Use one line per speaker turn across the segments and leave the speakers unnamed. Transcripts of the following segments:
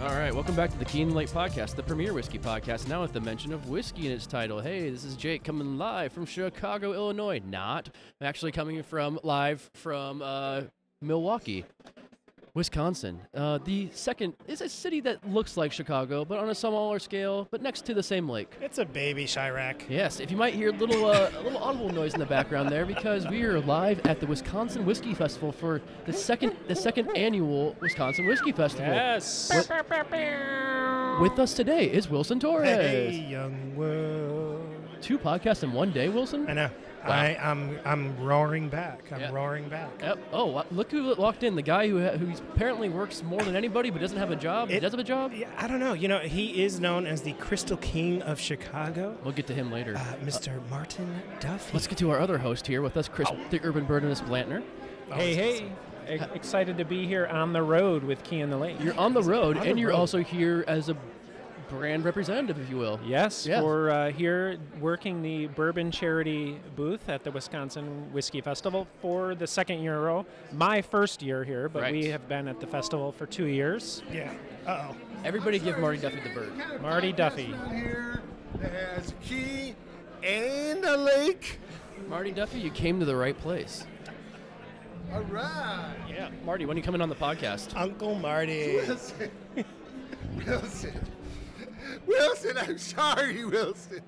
right, welcome back to the Keen Lake Podcast, the premier whiskey podcast, now with the mention of whiskey in its title. Hey, this is Jake coming live from Chicago, Illinois. Not. I'm actually coming from live from uh, Milwaukee, Wisconsin. Uh, the second is a city that looks like Chicago, but on a smaller scale, but next to the same lake.
It's a baby Chirac.
Yes, if you might hear a little, uh, a little audible noise in the background there, because we are live at the Wisconsin Whiskey Festival for the second, the second annual Wisconsin Whiskey Festival.
Yes.
With us today is Wilson Torres.
Hey, young world.
Two podcasts in one day, Wilson.
I know. I, I'm I'm roaring back. I'm
Yeah.
roaring back.
Yep. Oh, wa- look who walked in. The guy who who apparently works more than anybody but doesn't have a job.
It-
does have a job?
Yeah, I don't know. You know, he is known as the Crystal King of Chicago,
We'll get to him later.
uh, Mr. Martin Duffy.
Let's get to our other host here with us, Chris, the urban birdinist Blantner.
Oh,
Hey, hey. E- Excited to be here on the road with Key in the Lake.
You're on the road,
On the
and you're
road.
also here as a brand representative, if you will.
Yes,
Yes.
we're uh, here working the bourbon charity booth at the Wisconsin Whiskey Festival for the second year in a row. My first year here, but
Right.
we have been at the festival for two years.
Yeah. Uh oh.
Everybody, give Marty Duffy the bird.
Marty Duffy.
Here that has key and a lake.
Marty Duffy, you came to the right place.
All right.
Yeah, Marty, when are you coming on the podcast?
Uncle Marty.
Wilson. Wilson. Wilson, I'm sorry, Wilson.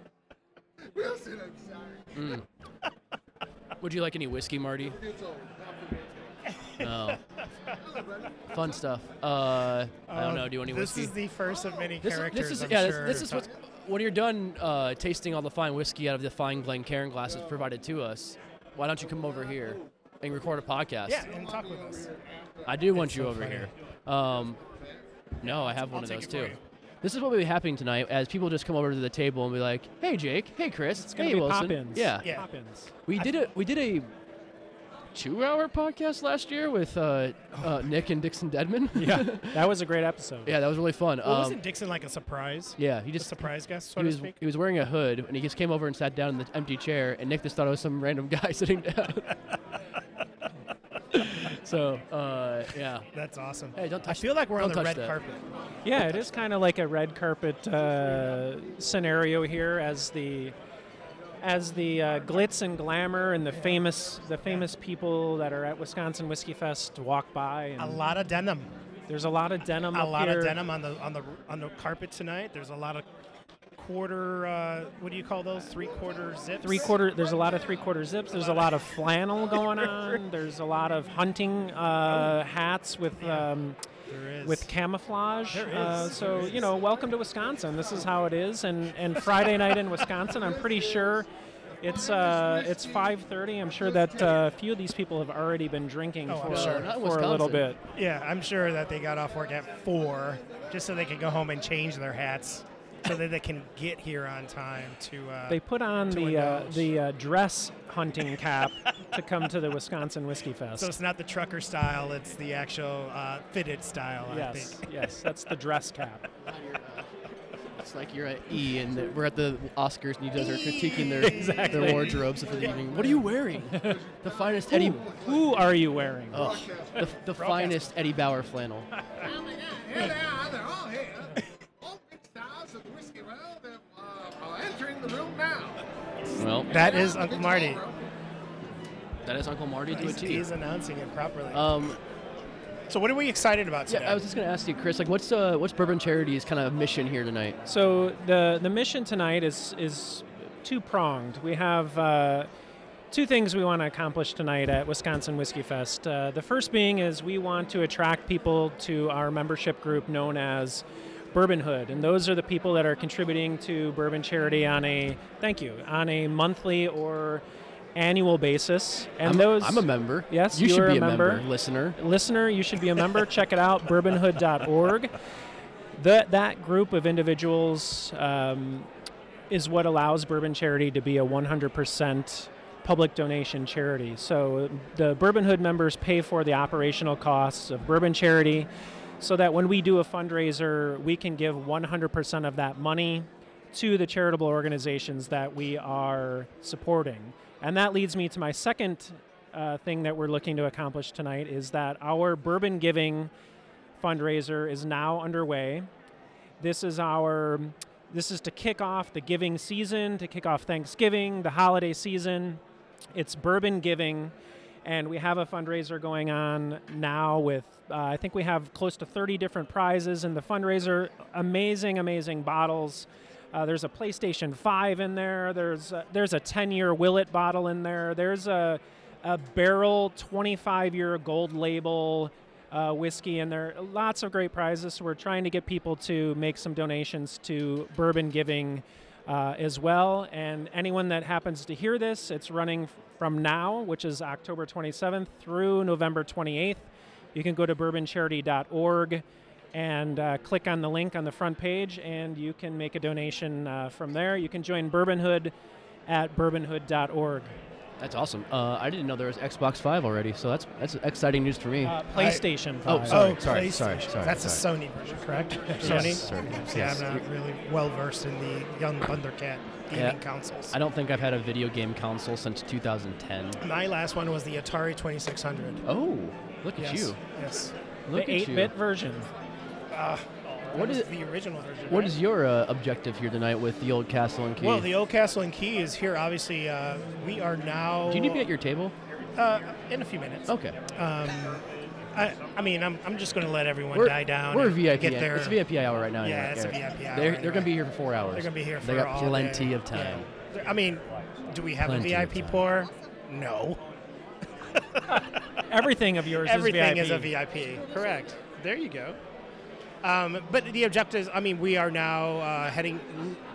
Wilson, I'm sorry.
Would you like any whiskey, Marty?
It's old.
Oh, fun stuff. Uh, I don't know. Do you want any
This
whiskey?
is the first of many
this,
characters.
this is
I'm
yeah.
sure.
This, this is what when you're done uh, tasting all the fine whiskey out of the fine Glencairn glasses provided to us. Why don't you come over here and record a podcast?
Yeah, and talk with us.
Um, I do want you
so
over
funny.
here. Um, no, I have one of
take
those
it
too.
for you.
This is what will be happening tonight as people just come over to the table and be like, "Hey, Jake. Hey, Chris.
It's going
hey,
to be
Wilson.
Poppins.
Yeah.
Yeah.
Poppins.
We did a we did a two-hour podcast last year with
Oh,
uh, uh, Nick and Dixon Deadman.
Yeah, that was a great episode.
Yeah, that was really fun.
Well,
um,
wasn't Dixon like a surprise?
yeah, he
A
just
surprise guest, so
he
to
was
speak.
he was wearing a hood and he just came over and sat down in the empty chair and Nick just thought it was some random guy sitting down. so uh, yeah,
That's awesome.
Hey, don't
I
touch-
feel like we're on
don't
the
touch
red
that.
carpet.
Yeah, it is kind of like a red carpet uh, scenario here, as the as the uh, glitz and glamour and the famous the famous people that are at Wisconsin Whiskey Fest walk by. And
A lot of denim.
There's a lot of denim.
a
up
lot
here.
of denim on the on the on the carpet tonight. There's a lot of quarter. Uh, what do you call those? Three quarter zips.
Three quarter. There's a lot of three quarter zips. There's a lot of flannel going on. There's a lot of hunting uh, hats with. Um,
There is.
with camouflage,
There
Uh,
is,
so you know, welcome to Wisconsin. This is how it is, and and Friday night in Wisconsin, I'm pretty sure it's uh, it's 5:30. I'm sure that uh, a few of these people have already been drinking
Oh, I'm
for,
sure.
Not in
for a little
Wisconsin.
bit.
yeah, I'm sure that they got off work at four just so they could go home and change their hats so that they can get here on time to. Uh,
They put on
To
the uh,
indulge.
the uh, dress hunting cap to come to the Wisconsin Whiskey
so
Fest.
it's not the trucker style; it's the actual uh, fitted style. I
Yes,
think.
yes, that's the dress cap.
It's like you're at E and the- we're at the Oscars and you
E.
guys are critiquing their, their wardrobes for the evening. What are you wearing? the finest Eddie,
Who are you wearing?
uh,
oh, the, the finest Eddie Bauer flannel.
Oh my God. Here they are. They're all here. All big stars of whiskey. Well, they're uh, are entering the room now.
Well,
That is
uh,
Uncle Marty.
that is Uncle Marty to a
He's,
T.
he's announcing it properly.
Um,
so, what are we excited about today?
yeah, I was just gonna ask you, Chris. Like, what's uh, what's Bourbon Charity's kind of mission here tonight?
So the the mission tonight is is two pronged. We have uh, two things we want to accomplish tonight at Wisconsin Whiskey Fest. Uh, the first being is we want to attract people to our membership group known as Bourbon Hood, and those are the people that are contributing to Bourbon Charity on a thank you on a monthly or annual basis. And
I'm,
those
I'm a member.
Yes,
you
you
should
are
be
a member.
listener.
listener, you should be a member. Check it out, bourbonhood.org. That that group of individuals um, is what allows Bourbon Charity to be a 100% public donation charity. So the Bourbon Hood members pay for the operational costs of Bourbon Charity, so that when we do a fundraiser, we can give 100% of that money to the charitable organizations that we are supporting. And that leads me to my second uh, thing that we're looking to accomplish tonight is that our bourbon giving fundraiser is now underway. This is our this is to kick off the giving season, to kick off Thanksgiving, the holiday season. It's bourbon giving, and we have a fundraiser going on now with, uh, I think we have close to 30 different prizes in the fundraiser. Amazing, amazing bottles. Uh, there's a PlayStation 5 in there. There's a, there's a 10-year Willet bottle in there. There's a, a barrel 25-year gold label uh, whiskey in there. Lots of great prizes. We're trying to get people to make some donations to bourbon giving uh, as well. And anyone that happens to hear this, it's running f- from now, which is October 27th, through November 28th. You can go to bourboncharity.org and uh, click on the link on the front page, and you can make a donation uh, from there. You can join Bourbon Hood at bourbonhood.org.
That's awesome. Uh, I didn't know there was Xbox Five already, so that's that's exciting news for me.
Uh, PlayStation 5.
Oh, sorry,
oh,
sorry,
PlayStation.
sorry, sorry,
That's
sorry.
a Sony version, correct?
Yes,
Sony.
sir, yes,
Yeah,
yes.
I'm not really well versed in the young Thundercat gaming
Yeah.
consoles.
I don't think I've had a video game console since 2010.
My last one was the Atari 2600.
Oh, look at
yes.
you!
Yes.
Look
the
at you!
8-bit version.
What
That was
is-
the original version?
What
right?
is your uh, objective here tonight with the old castle and key?
Well, the Old Castle and Key is here. Obviously, uh, we are now.
Do you need to be Oh. at your table?
uh, in a few minutes?
Okay.
Um, I, I mean, I'm, I'm just going to let everyone die down.
We're
and
VIP.
Get there.
It's VIP hour right now.
Yeah,
anyway,
it's a
Eric.
VIP
They're,
hour
they're
anyway.
going to be here for four hours.
They're going to be here for
They got
all
plenty
day.
of time.
Yeah. I mean, do we have
Plenty
a
of
VIP
time.
pour? No.
Everything of yours
Everything
is
is a
VIP.
VIP. Correct. There you go. Um, but the objectives. I mean, we are now uh, heading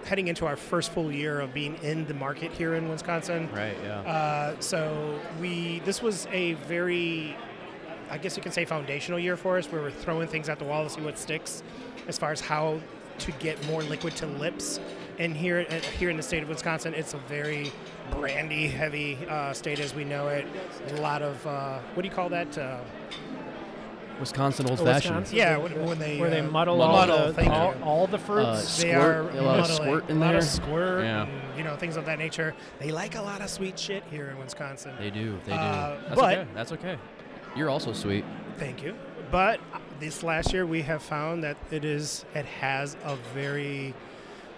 heading into our first full year of being in the market here in Wisconsin.
Right. Yeah.
Uh, so we this was a very I guess you can say foundational year for us where we're throwing things at the wall to see what sticks as far as how to get more liquid to lips. And here uh, here in the state of Wisconsin, it's a very brandy heavy uh, state as we know it. A lot of uh, what do you call that? Uh,
Wisconsin
oh,
old
Wisconsin.
fashioned.
yeah, when, when they
where they
uh,
muddle,
muddle,
all,
thank
the, all,
you.
all the
Uh,
fruits.
they
Squirt,
are
a lot of
muddling,
squirt in
a lot
there?
of squirt,
Yeah.
and, you know, things of that nature. They like a lot of sweet shit here in Wisconsin.
They do. They do.
Uh,
That's
but-
okay. That's okay. You're also sweet.
Thank you. But this last year, we have found that it is it has a very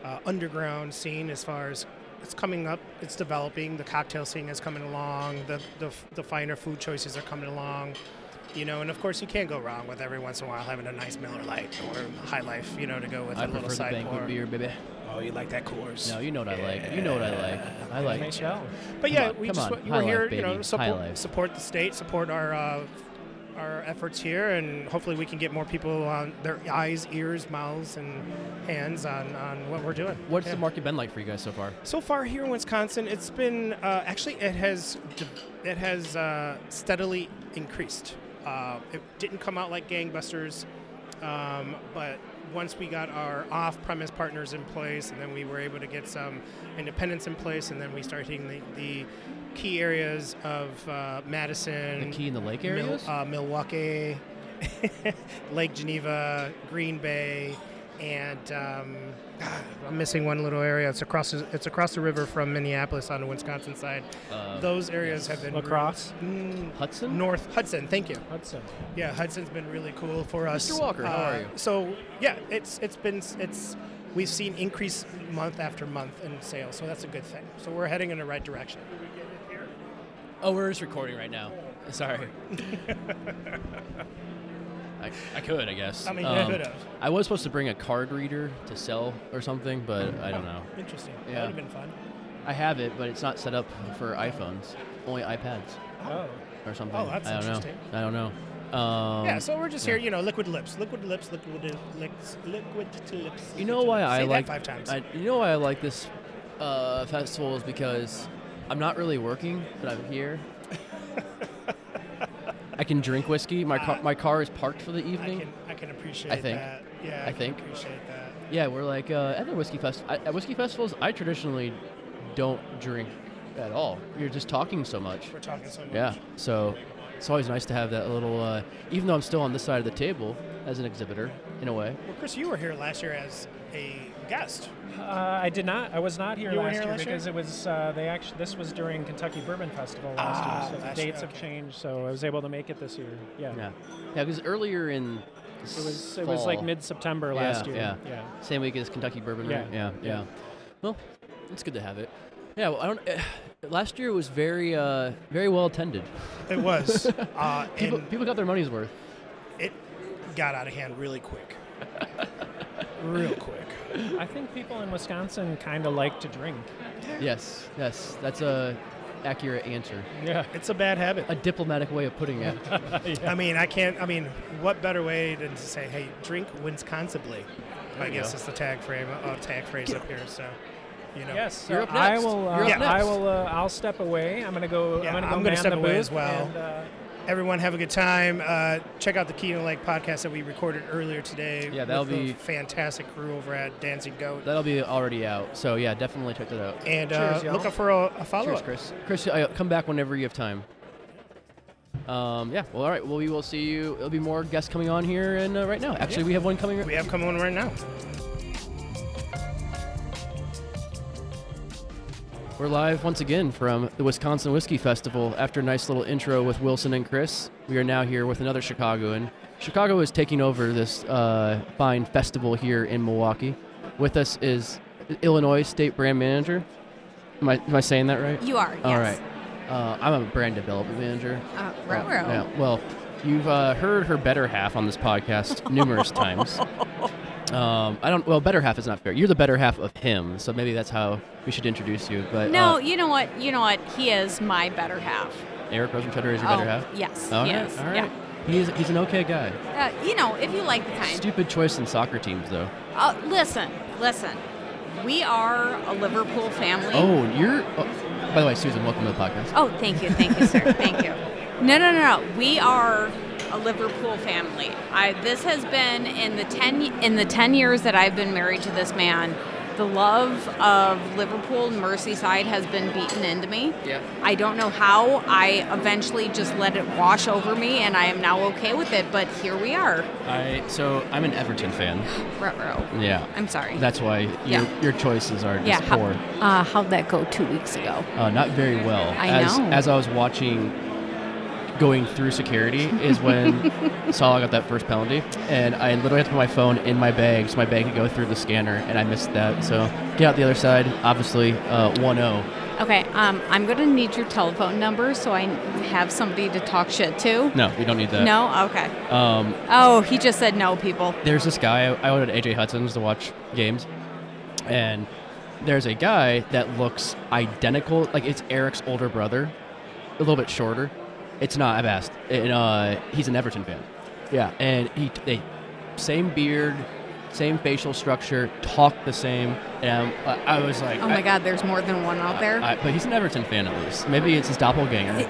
uh, underground scene as far as it's coming up, it's developing. The cocktail scene is coming along. The the, the finer food choices are coming along. You know, and of course, you can't go wrong with every once in a while having a nice Miller Lite or High Life, you know, to go with a
I
little
prefer the
side
banquet
pour.
beer, baby.
Oh, you like that Coors?
No, you know what I like. You know what I like. I like.
NHL.
But yeah,
Come on,
we
come
just
on.
want- you
High
were
life,
here, you
baby.
know,
High life.
support, support the state, support our uh, our efforts here, and hopefully we can get more people on their eyes, ears, mouths, and hands on, on what we're doing.
What's
Yeah.
the market been like for you guys so far?
So far here in Wisconsin, it's been uh, actually it has de- it has uh, steadily increased. Uh, it didn't come out like gangbusters, um, but once we got our off-premise partners in place, and then we were able to get some independents in place, and then we started hitting the, the key areas of uh,
The
Madison,
key in the lake
Mil-
areas?
uh, Milwaukee, Lake Geneva, Green Bay, and um, I'm missing one little area. It's across the, it's across the river from Minneapolis on the Wisconsin side.
Uh,
Those areas have been
Lacrosse.
Mm,
Hudson?
North Hudson, thank you.
Hudson.
Yeah, Hudson's been really cool for us. Uh,
Mr. Walker, how are you?
So yeah, it's it's been it's we've seen increase month after month in sales, so that's a good thing. So we're heading in the right direction.
Oh, we're just recording right now. Sorry. I, I could, I guess. Um,
I mean, you could've.
I was supposed to bring a card reader to sell or something, but I don't know.
Interesting.
Yeah.
That would have been fun.
I have it, but it's not set up for iPhones, only iPads
Oh.
or something.
Oh, that's
I don't
interesting.
Know. I don't know. Um,
Yeah, so we're just here, you know, liquid lips, liquid lips, liquid lips, liquid to lips.
You
liquid
know
to
why
lips.
I
Say
like
that five times.
I, you know why I like this uh, festival is because I'm not really working, but I'm here. I can drink whiskey. My car, my car is parked for the
I
evening.
can I can appreciate
think.
that. Yeah,
I
I, can
think.
appreciate that.
Yeah, we're like uh, at the whiskey fest. I, at whiskey festivals, I traditionally don't drink at all. You're just talking so much.
We're talking so much.
Yeah, so it's always nice to have that little. Uh, even though I'm still on this side of the table as an exhibitor, in a way.
Well, Chris, you were here last year as a guest.
Uh, I did not. I was not here
You weren't
last
here
year
last year?
because it was. Uh, they actually. This was during Kentucky Bourbon Festival last
Ah,
year, so the
last
dates
year,
have
okay.
changed. So I was able to make it this year. Yeah.
Yeah, yeah. Because earlier in
It was it was like
Fall.
mid September last
Yeah,
year.
yeah. Same week as Kentucky Bourbon, right? Yeah,
Yeah,
yeah.
yeah.
Well, it's good to have it. Yeah, well, I don't. last year was very, uh, very well attended.
It was. uh,
People,
and
people got their money's worth.
it got out of hand really quick. Real quick.
I think people in Wisconsin kind of like to drink.
Yes, yes, that's a accurate answer.
Yeah.
It's a bad habit.
A diplomatic way of putting it.
I mean, I can't. I mean, what better way than to say, "Hey, drink Wisconsinly"? I
you
guess
go.
it's the tag frame, uh, tag phrase up here. So, you know,
Yes, so
You're up
I
next.
will. Uh,
You're up
I
next.
will. Uh, I'll step away. I'm gonna go.
Yeah,
I'm gonna go
I'm gonna
man
step
the
away as
booth
well.
And, uh,
everyone have a good time. Uh, check out the Keno Lake podcast that we recorded earlier today.
Yeah, that'll
with the
be-
fantastic crew over at Dancing Goat.
That'll be already out. So yeah, definitely check that out.
and
Cheers,
uh,
y'all.
look out for a, a follow
Cheers,
up.
Chris. Chris, uh, come back whenever you have time. Um, yeah. Well, all right. Well, we will see you. There'll be more guests coming on here, and uh, right now, actually, we have one coming.
We have come on right now.
We're live once again from the Wisconsin Whiskey Festival. After a nice little intro with Wilson and Chris, we are now here with another Chicagoan. Chicago is taking over this uh, fine festival here in Milwaukee. With us is Illinois State Brand Manager. Am I, am I saying that right?
You are. Yes.
All right. Uh, I'm a brand development manager.
Uh,
Right.
row, row.
Yeah, well, you've uh, heard her better half on this podcast numerous times. Um, I don't. Well, better half is not fair. You're the better half of him, so maybe that's how we should introduce you. But
No,
uh,
you know what? You know what? He is my better half.
Eric Rosenfeder is your
Oh,
better half.
yes,
All
he
right,
is,
All right. He's he's an okay guy.
Uh, you know, if you like the kind.
Stupid choice in soccer teams, though.
Uh, listen, listen. We are a Liverpool family.
Oh, you're. Oh, by the way, Susan, welcome to the podcast.
Oh, thank you, thank you, sir, thank you. No, no, no, no. We are a Liverpool family. I this has been in the ten in the ten years that I've been married to this man. The love of Liverpool and Merseyside has been beaten into me.
Yeah.
I don't know how. I eventually just let it wash over me, and I am now okay with it. But here we are.
I so I'm an Everton fan.
Ruh-roh.
Yeah.
I'm sorry.
That's why your
Yeah.
your choices are just
yeah. How,
poor.
uh, how'd that go two weeks ago?
uh, not very well.
I
as,
know.
As I was watching, going through security is when Salah got that first penalty, and I literally had to put my phone in my bag so my bag could go through the scanner, and I missed that. So get out the other side. Obviously, one uh, 0
Okay, um, I'm gonna need your telephone number so I have somebody to talk shit to.
No, we don't need that.
No? Okay.
Um,
Oh, he just said no, people.
there's this guy I went to AJ Hudson's to watch games, and there's a guy that looks identical. Like it's Eric's older brother, a little bit shorter. It's not. I've asked, and uh, he's an Everton fan. Yeah, and he they same beard, same facial structure, talk the same. And I, I was like,
Oh my
I-
God, there's more than one out there.
I- but he's an Everton fan at least. Maybe it's his doppelganger.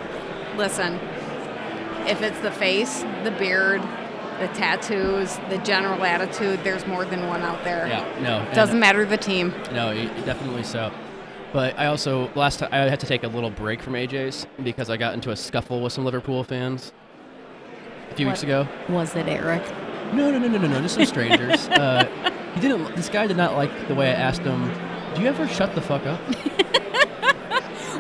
Listen, if it's the face, the beard, the tattoos, the general attitude, there's more than one out there.
yeah, no, and-
Doesn't matter the team.
No, y- definitely so. But I also last time I had to take a little break from AJ's because I got into a scuffle with some Liverpool fans a few weeks ago.
What? Was it Eric?
No, no, no, no, no, no, just some strangers. uh, he didn't. This guy did not like the way I asked him. Do you ever shut the fuck up?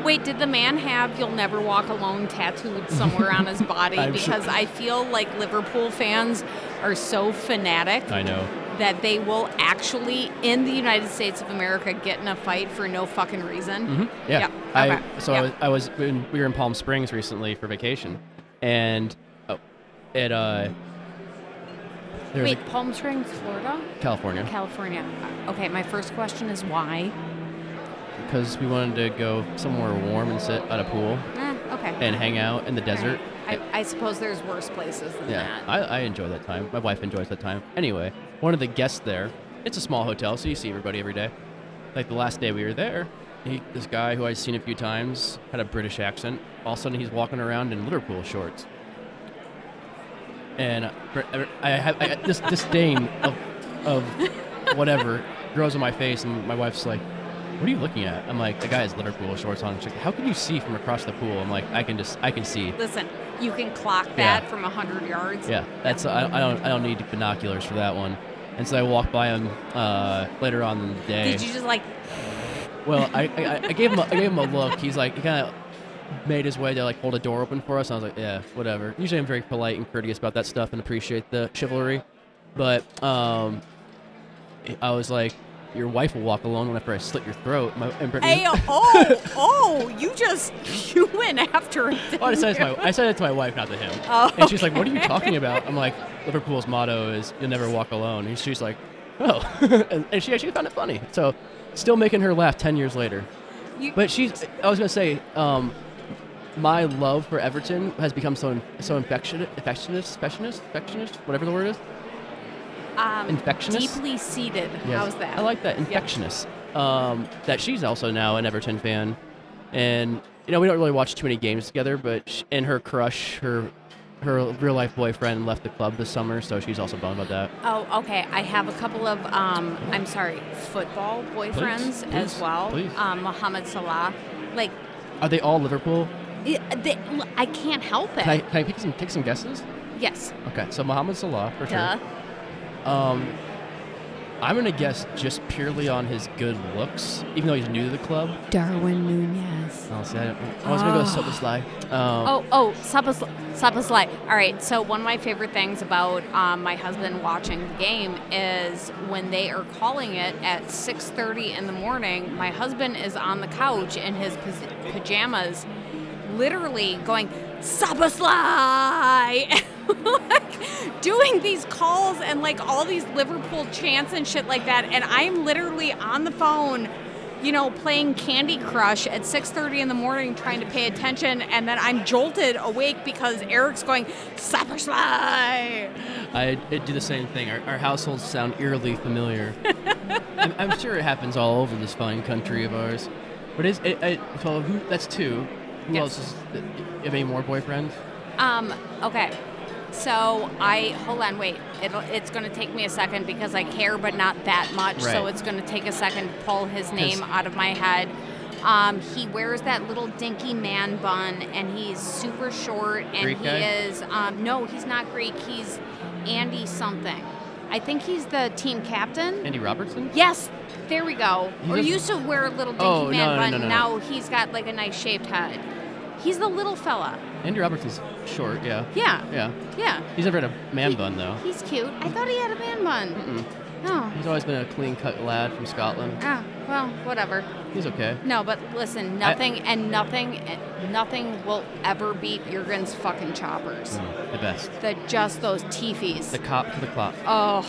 Wait, did the man have "You'll Never Walk Alone" tattooed somewhere on his body?
I'm sure-
because I feel like Liverpool fans are so fanatic
I know.
that they will actually, in the United States of America, get in a fight for no fucking reason.
hmm Yeah.
Yep.
I,
Okay.
So
Yep.
I was, I was in, we were in Palm Springs recently for vacation, and oh, it uh, there was
Wait, Palm Springs, Florida,
a, California
California. Okay, my first question is why?
because we wanted to go somewhere warm and sit at a pool
Eh, okay.
and hang out in the desert.
I, I suppose there's worse places than
Yeah,
that.
I, I enjoy that time. My wife enjoys that time. Anyway, one of the guests there, it's a small hotel, so you see everybody every day. Like the last day we were there, he, this guy who I've seen a few times had a British accent. All of a sudden, he's walking around in Liverpool shorts. And uh, Br- I I have I, this disdain of, of whatever grows in my face, and my wife's like, what are you looking at? I'm like, the guy has Liverpool shorts on. She's like, how can you see from across the pool? I'm like, I can just, I can see.
Listen, you can clock
Yeah.
that from from hundred yards.
Yeah, that's I, I don't I don't need binoculars for that one. And so I walked by him uh, later on in the day.
Did you just like
well, I, I, I gave him a, I gave him a look. He's like he kind of made his way to like hold a door open for us. And I was like, yeah, whatever. Usually I'm very polite and courteous about that stuff and appreciate the chivalry. But um, I was like, your wife will walk alone after I slit your throat. My, and Brittany,
Hey, oh, oh, you just, you went after it.
Well, Oh, I
didn't
said, it to
you?
my, I said it to my wife, not to him.
Oh,
and she's like, "What are you talking about?" I'm like, "Liverpool's motto is you'll never walk alone." And she's like, "Oh," and, and she actually found it funny. So, still making her laugh ten years later.
You-
But she's. I was gonna say, um, my love for Everton has become so so infectious, infectionist, infectionist, infectionist, whatever the word is.
um,
infectionist?
Deeply seated.
Yes.
How's that?
I like that
Yep.
infectionist. Um, that she's also now an Everton fan, and you know we don't really watch too many games together. But sh and her crush, her her real life boyfriend left the club this summer, so she's also bummed about that.
Oh, okay. I have a couple of, um, I'm sorry, football boyfriends as
please,
well.
please.
Um, Mohamed Salah. Like,
Are they all Liverpool?
it, they, I can't help it.
Can I, can I pick some, take some guesses?
yes.
Okay, so Mohamed Salah for
Duh.
sure. Um, I'm gonna guess just purely on his good looks, even though he's new to the club.
Darwin Nunez.
Oh, see, I, don't, I was gonna go with
Ah.
Soboslai. Um,
Oh, oh, Sabasli. All right, so one of my favorite things about um, my husband watching the game is when they are calling it at 6.30 in the morning, my husband is on the couch in his paj- pajamas, literally going, Sabasli! like, doing these calls and like all these Liverpool chants and shit like that, and I'm literally on the phone you know, playing Candy Crush at 6:30 in the morning, trying to pay attention, and then I'm jolted awake because Eric's going Supper Sly.
I I do the same thing. Our, our households sound eerily familiar. I'm, I'm sure it happens all over this fine country of ours. But is it, it, so who, that's two. Who
Yes.
else is? th- You have any more boyfriends?
Um, okay, so I hold on, wait, It'll, it's going to take me a second because I care, but not that much. So
Right.
it's going to take a second to pull his name
'Cause-
out of my head. Um, he wears that little dinky man bun, and he's super short, and
Greek
he
guy?
is um, no, he's not Greek. He's Andy something. I think he's the team captain.
Andy Robertson?
Yes, there we go.
He
or
doesn't-
used to wear a little dinky
Oh,
man
no, no,
bun.
no, no, no.
Now he's got like a nice shaved head. He's the little fella.
Andy Robertson's short. Yeah.
Yeah,
Yeah.
yeah.
He's never had a man
He-
bun though.
He's cute. I thought he had a man bun.
Mm-mm.
No.
He's always been a clean-cut lad from Scotland.
Ah, well, whatever.
He's okay.
No, but listen, nothing and nothing, and nothing will ever beat Jurgen's fucking choppers.
Mm, The best.
The just those
The
teefies.
cop to the clop.
Oh,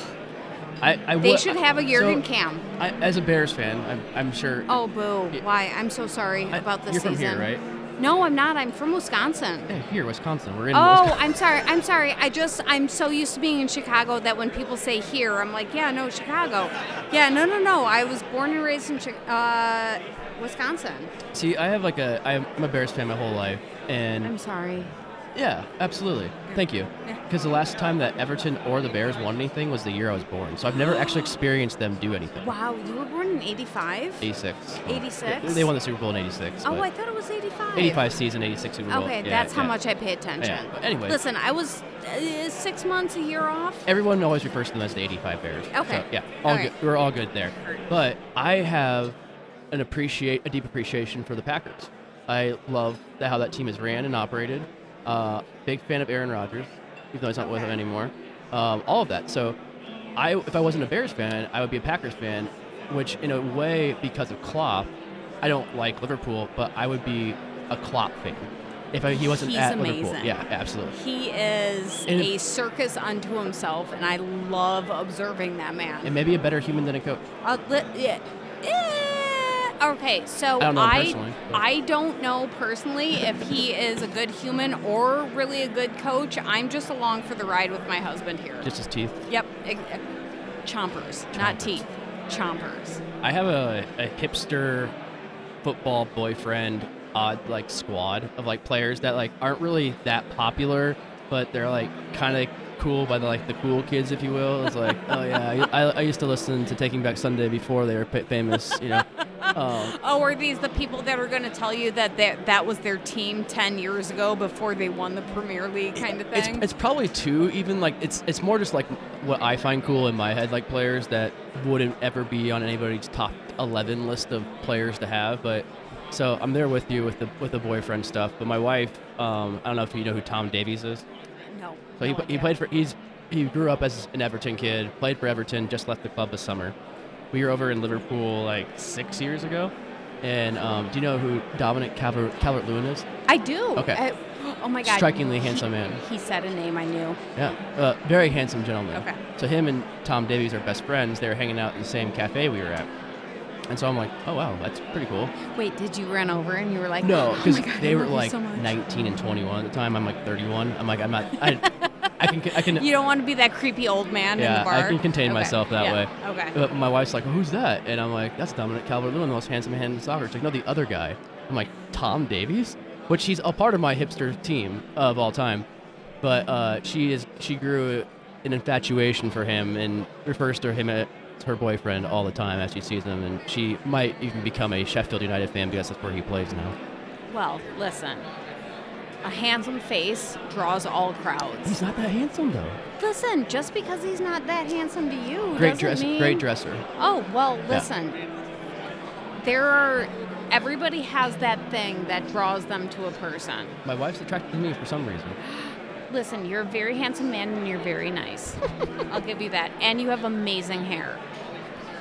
I, I
they
would-
should have a
so,
Jurgen cam.
I, as a Bears fan, I'm, I'm sure.
Oh, boo!
Yeah.
Why? I'm so sorry
I-
about this
you're
season.
from here, right?
No, I'm not. I'm from Wisconsin.
Yeah, here, Wisconsin. We're in.
Oh,
Wisconsin.
I'm sorry. I'm sorry. I just I'm so used to being in Chicago that when people say here, I'm like, yeah, no, Chicago. Yeah, no, no, no. I was born and raised in Chi- uh, Wisconsin.
See, I have like a I'm I'm a Bears fan my whole life, and
I'm sorry.
yeah, absolutely. Thank you. Because the last time that Everton or the Bears won anything was the year I was born, so I've never actually experienced them do anything.
Wow, you were born in '85.
86.
86?
They- They won the Super Bowl in 86.
Oh,
but
I thought it was '85.
85 season, 86 Super Bowl.
Okay,
Yeah,
that's how
yeah.
much I pay attention.
Yeah, but anyway.
listen, I was uh, six months a year off.
Everyone always refers to them as the 85 Bears.
Okay.
So, yeah, all
All
good.
right.
We're all good there. But I have an appreciate a deep appreciation for the Packers. I love the, how that team is ran and operated. Uh, big fan of Aaron Rodgers, even though he's not with them anymore. Um, all of that. So, I if I wasn't a Bears fan, I would be a Packers fan, which in a way because of Klopp, I don't like Liverpool, but I would be a Klopp fan if I, he wasn't
He's
at Liverpool.
amazing.
Yeah, absolutely.
He is
And-
a circus unto himself, and I love observing that man.
And maybe a better human than a coach.
Uh, li- yeah. Eh, Okay, so
I don't know him personally,
I,
but-
I don't know personally if he is a good human or really a good coach. I'm just along for the ride with my husband here.
Just his teeth.
yep, ex- eh, chompers, not teeth, chompers.
I have a, a hipster football boyfriend odd like squad of like players that like aren't really that popular, but they're like kind of cool by the like the cool kids, if you will. It's like, oh yeah, I, I used to listen to Taking Back Sunday before they were pa- famous, you know. Um,
Oh, are these the people that are going to tell you that that that was their team ten years ago before they won the Premier League kind of
it's,
thing?
it's probably two even like it's it's more just like what I find cool in my head like players that wouldn't ever be on anybody's top 11 list of players to have but so I'm there with you with the with the boyfriend stuff but my wife um, I don't know if you know who Tom Davies is
no,
so he,
no
pla- he
idea.
played for he's he grew up as an Everton kid, played for Everton, just left the club this summer. We were over in Liverpool like six years ago. And um, do you know who Dominic Calvert Lewin is?
I do.
Okay.
I- oh my God.
Strikingly
He-
handsome man.
He said a name I knew.
Yeah, uh, very handsome gentleman.
Okay.
So him and Tom Davies are best friends. They were hanging out in the same cafe we were at. And so I'm like, oh wow, that's pretty cool.
Wait, did you run over and you were like,
No,
oh
because
my God,
they
I
were
love you
like
so much.
19 and 21 at the time. I'm like 31. I'm like, I'm not. I, I can. I can.
You don't want to be that creepy old man in
yeah,
the bar.
I can contain
Okay.
myself that
Yeah.
way.
Okay.
But my wife's like, who's that? And I'm like, that's Dominic Calvert-Lewin, the most handsome man in soccer. She's like, no, the other guy. I'm like, Tom Davies, which he's a part of my hipster team of all time. But uh, she is she grew an infatuation for him and refers to him as her boyfriend all the time as she sees him. And she might even become a Sheffield United fan because that's where he plays now.
Well, listen. A handsome face draws all
He's
crowds.
not that handsome though.
Listen, just because he's not that handsome to you
Great
doesn't
dress,
mean
great dresser.
Oh, well, listen. There are everybody has that thing that draws them to a person.
My wife's attracted to me for some reason.
Listen, you're a very handsome man and you're very nice. I'll give you that. And you have amazing hair.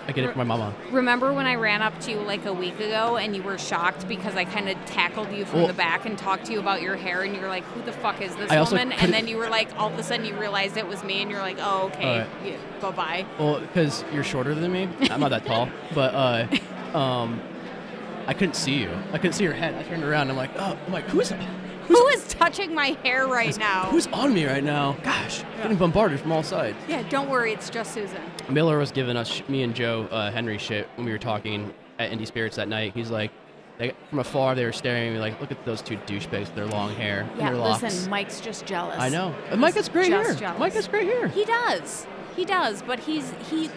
I get it from my mama.
Remember when I ran up to you like a week ago and you were shocked because I kind of tackled you from
Well-
the back and talked to you about your hair and you were like, who the fuck is this
I also
woman?
couldn't-
And then you were like, all of a sudden you realized it was me and you're like, oh, okay,
All right.
yeah, bye bye.
Well, because you're shorter than me. I'm not that tall, but uh, um, I couldn't see you. I couldn't see your head. I turned around. And I'm like, oh, I'm like, who's,
Who is touching my hair right now?
who's on me right now? Gosh, getting bombarded from all sides.
yeah, don't worry, it's just Susan.
Miller was giving us, me and Joe uh, Henry shit when we were talking at Indie Spirits that night. He's like, they, from afar, they were staring at me like, look at those two douchebags with their long hair and
Yeah,
their locks.
listen, Mike's just jealous.
I know. And Mike
He's
has great
just
hair.
jealous.
Mike has great hair.
He does. He does, but he's he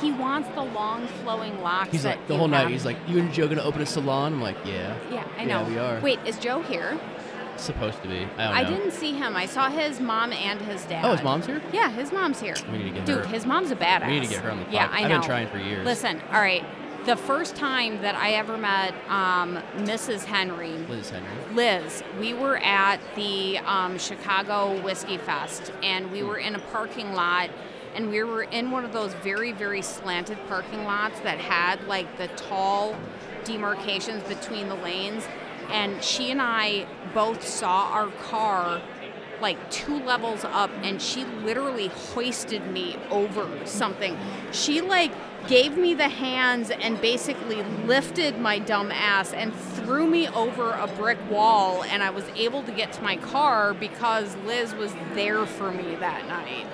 he wants the long flowing locks.
He's
that
like, the
you
whole night,
have.
he's like, you and Joe gonna open a salon? I'm like, yeah.
yeah, I
yeah,
know.
we are.
Wait, is Joe here?
Supposed to be. I don't know.
I didn't see him. I saw his mom and his dad.
Oh, his mom's here?
Yeah, his mom's here.
We need to get
Dude,
her-
his mom's a badass.
We need to get her on the podcast.
Yeah, I know.
I've been trying for years.
Listen, all right. The first time that I ever met um, Mrs. Henry,
Liz Henry.
Liz, we were at the um, Chicago Whiskey Fest, and we were in a parking lot, and we were in one of those very, very slanted parking lots that had like the tall demarcations between the lanes. And she and I both saw our car like two levels up, and she literally hoisted me over something. She like gave me the hands and basically lifted my dumb ass and threw me over a brick wall and I was able to get to my car because Liz was there for me that night.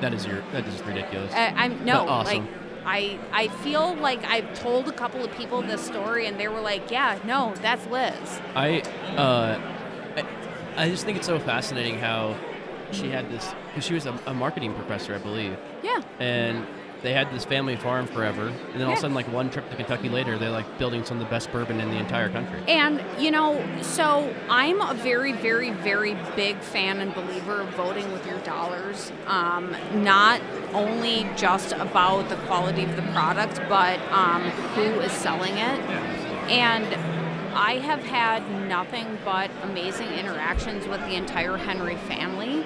That is your. That is ridiculous.
I, I'm no
But awesome.
like I I feel like I've told a couple of people this story and they were like, "Yeah, no, that's Liz."
I, uh, I, I just think it's so fascinating how she had this. Cause she was a, a marketing professor, I believe,
Yeah.
and they had this family farm forever. And then all
Yeah.
of a sudden, like one trip to Kentucky later, they're like building some of the best bourbon in the entire country.
And, you know, so I'm a very, very, very big fan and believer of voting with your dollars. Um, not only just about the quality of the product, but um, who is selling it. And I have had nothing but amazing interactions with the entire Henry family.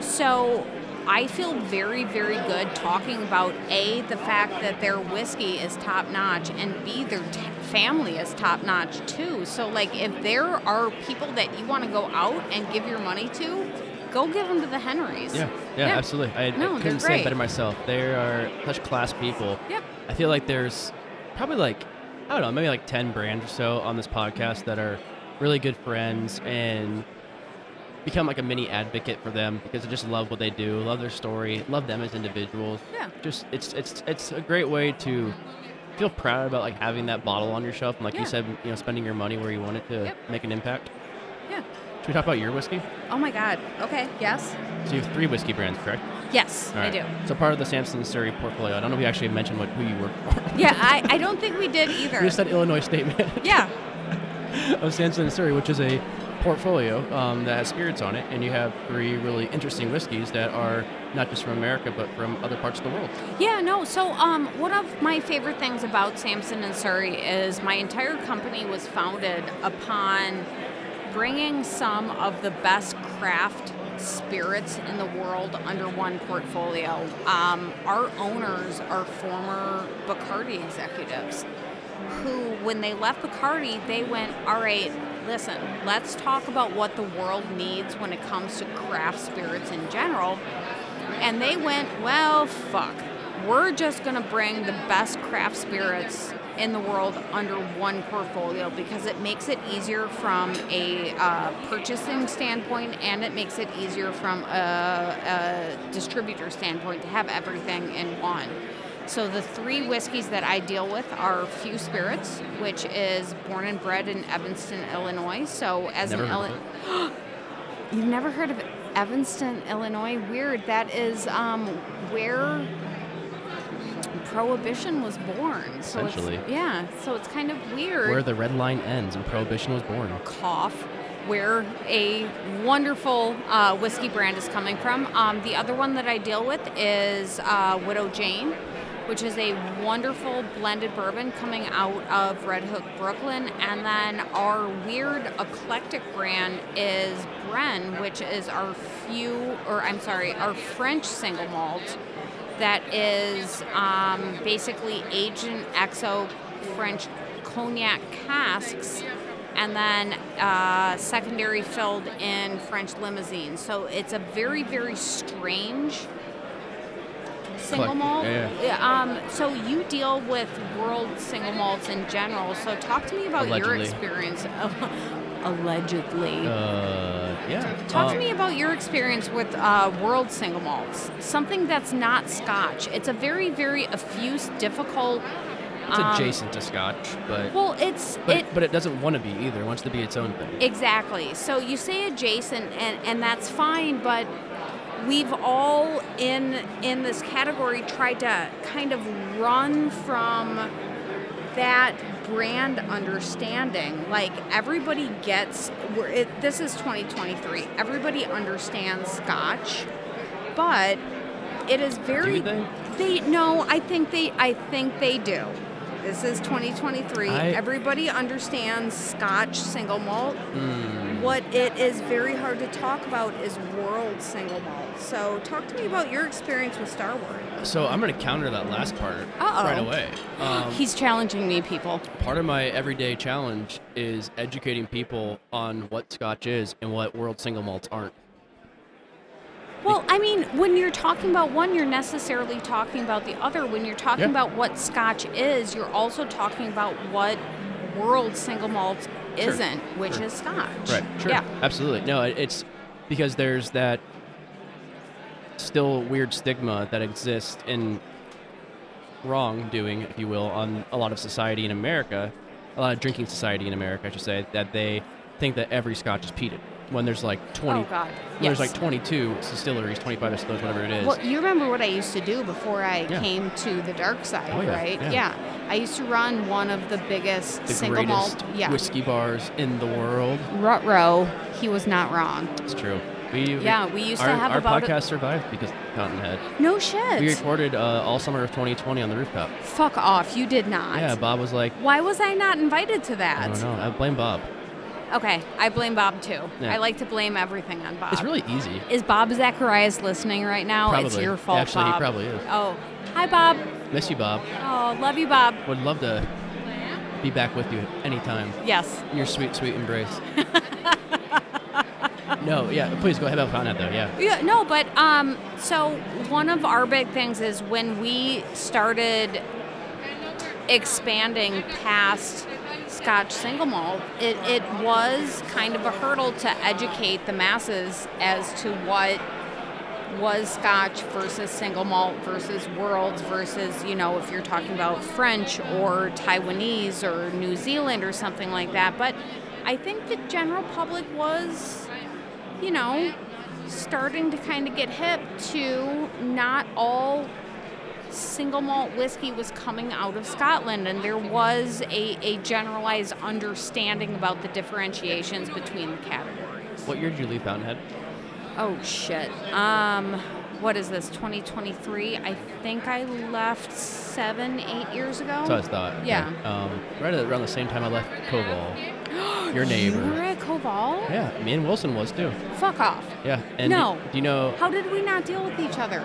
So I feel very, very good talking about A, the fact that their whiskey is top notch, and B, their t- family is top notch too. So, like, if there are people that you want to go out and give your money to, go give them to the Henrys.
Yeah, yeah, absolutely. I, I
No, they're
couldn't say it
great.
better myself. They are such class people.
Yep.
I feel like there's probably like I don't know, maybe like ten brands or so on this podcast that are really good friends and become like a mini advocate for them because I just love what they do, love their story, love them as individuals.
Yeah.
Just it's it's it's a great way to feel proud about like having that bottle on your shelf and like
Yeah.
you said, you know, spending your money where you want it to
Yep.
make an impact.
Yeah.
Should we talk about your whiskey?
Oh my God. Okay. Yes.
So you have three whiskey brands, correct?
Yes,
All
I
right.
do.
So part of the Samson Surrey portfolio. I don't know if you actually mentioned what who you work for.
Yeah, I, I don't think we did
you
either.
just said Illinois State Man.
yeah.
of Sanson and Surrey, which is a portfolio um, that has spirits on it, and you have three really interesting whiskeys that are not just from America but from other parts of the world.
Yeah, no. So, um, one of my favorite things about Samson and Surrey is my entire company was founded upon bringing some of the best craft spirits in the world under one portfolio. Um, our owners are former Bacardi executives who, when they left Bacardi, they went, all right, listen, let's talk about what the world needs when it comes to craft spirits in general. And they went, well, fuck. We're just going to bring the best craft spirits in the world under one portfolio because it makes it easier from a uh, purchasing standpoint and it makes it easier from a, a distributor standpoint to have everything in one. So the three whiskeys that I deal with are Few Spirits, which is born and bred in Evanston, Illinois. So as
Never
an
heard of
Illinois. You've never heard of Evanston, Illinois? Weird. That is um, where Prohibition was born. So it's-
Essentially.
yeah. So it's kind of weird.
Where the red line ends and prohibition was born.
cough. Where a wonderful uh, whiskey brand is coming from. Um, the other one that I deal with is uh, Widow Jane, which is a wonderful blended bourbon coming out of Red Hook, Brooklyn. And then our weird eclectic brand is Bren, which is our few, or I'm sorry, our French single malt that is um, basically aged in exo French cognac casks and then uh, secondary filled in French limousine. So it's a very, very strange single
Collect-
malt.
yeah,
Um, so you deal with world single malts in general. So talk to me about your
Allegedly.
experience. Of, allegedly.
Uh, yeah.
Talk
Uh,
to me about your experience with uh, World Single Malts, something that's not Scotch. It's a very, very effuse, difficult.
It's
um,
adjacent to Scotch, but
Well, it's
but
it,
but it doesn't want to be either. It wants to be its own thing.
exactly. So you say adjacent, and and that's fine, but we've all in in this category tried to kind of run from that brand understanding. Like everybody gets, we're, it, this is 2023. Everybody understands Scotch, but it is very.
they?
They no, I think they. I think they do. This is 2023.
I-
everybody understands Scotch single malt.
Hmm.
What it is very hard to talk about is world single malt. So talk to me about your experience with Starward.
So I'm gonna counter that last part
Uh-oh.
right away. Um,
He's challenging me, people.
part of my everyday challenge is educating people on what Scotch is and what world single malts aren't.
Well, I mean, when you're talking about one, you're necessarily talking about the other. When you're talking
Yeah.
about what Scotch is, you're also talking about what world single malt isn't, which
Sure.
is Scotch.
Right. Sure.
Yeah.
Absolutely. No, it- it's because there's that still weird stigma that exists in wrongdoing, if you will, on a lot of society in America, a lot of drinking society in America, I should say, that they think that every Scotch is peated when there's like 20.
Oh God.
when
Yes.
There's like 22 distilleries, 25 distilleries, whatever it is.
Well, you remember what I used to do before I
Yeah.
came to the dark side,
Oh, yeah,
right?
yeah.
I used to run one of the biggest
the
single
greatest
malt. Yeah.
whiskey bars in the world.
Rut row. He was not wrong.
It's true. We, we-
Yeah, we used to
our-
have
our
about a-
podcast survived because of Fountainhead.
No shit.
We recorded uh, all summer of 2020 on the rooftop.
Fuck off. You did not.
Yeah, Bob was like,
Why was I not invited to that?
I don't know. I blame Bob.
Okay, I blame Bob too.
Yeah.
I like to blame everything on Bob.
It's really easy.
is Bob Zacharias listening right now? It's
Probably.
your fault,
Actually, he
Bob.
probably is.
Oh, hi, Bob.
Miss you, Bob.
Oh, love you, Bob.
Would love to be back with you anytime.
Yes.
In your sweet, sweet embrace. no, yeah. Please go ahead about Fountainhead, though. Yeah.
Yeah, no, but um, so one of our big things is when we started expanding past Scotch single malt, it, it was kind of a hurdle to educate the masses as to what was Scotch versus single malt versus worlds versus, you know, if you're talking about French or Taiwanese or New Zealand or something like that. But I think the general public was you know, starting to kind of get hip to not all single malt whiskey was coming out of Scotland, and there was a, a generalized understanding about the differentiations between the categories.
What year did you leave Fountainhead?
Oh shit. Um, what is this? 2023? I think I left seven, eight years ago.
That's what I thought. Okay.
Oh, Yeah.
Um, right at- around the same time I left Koval. Your
You were
neighbor.
at Koval Duval?
Yeah, me and Wilson was too.
Fuck off.
Yeah. And
No.
Do, do you know?
How did we not deal with each other?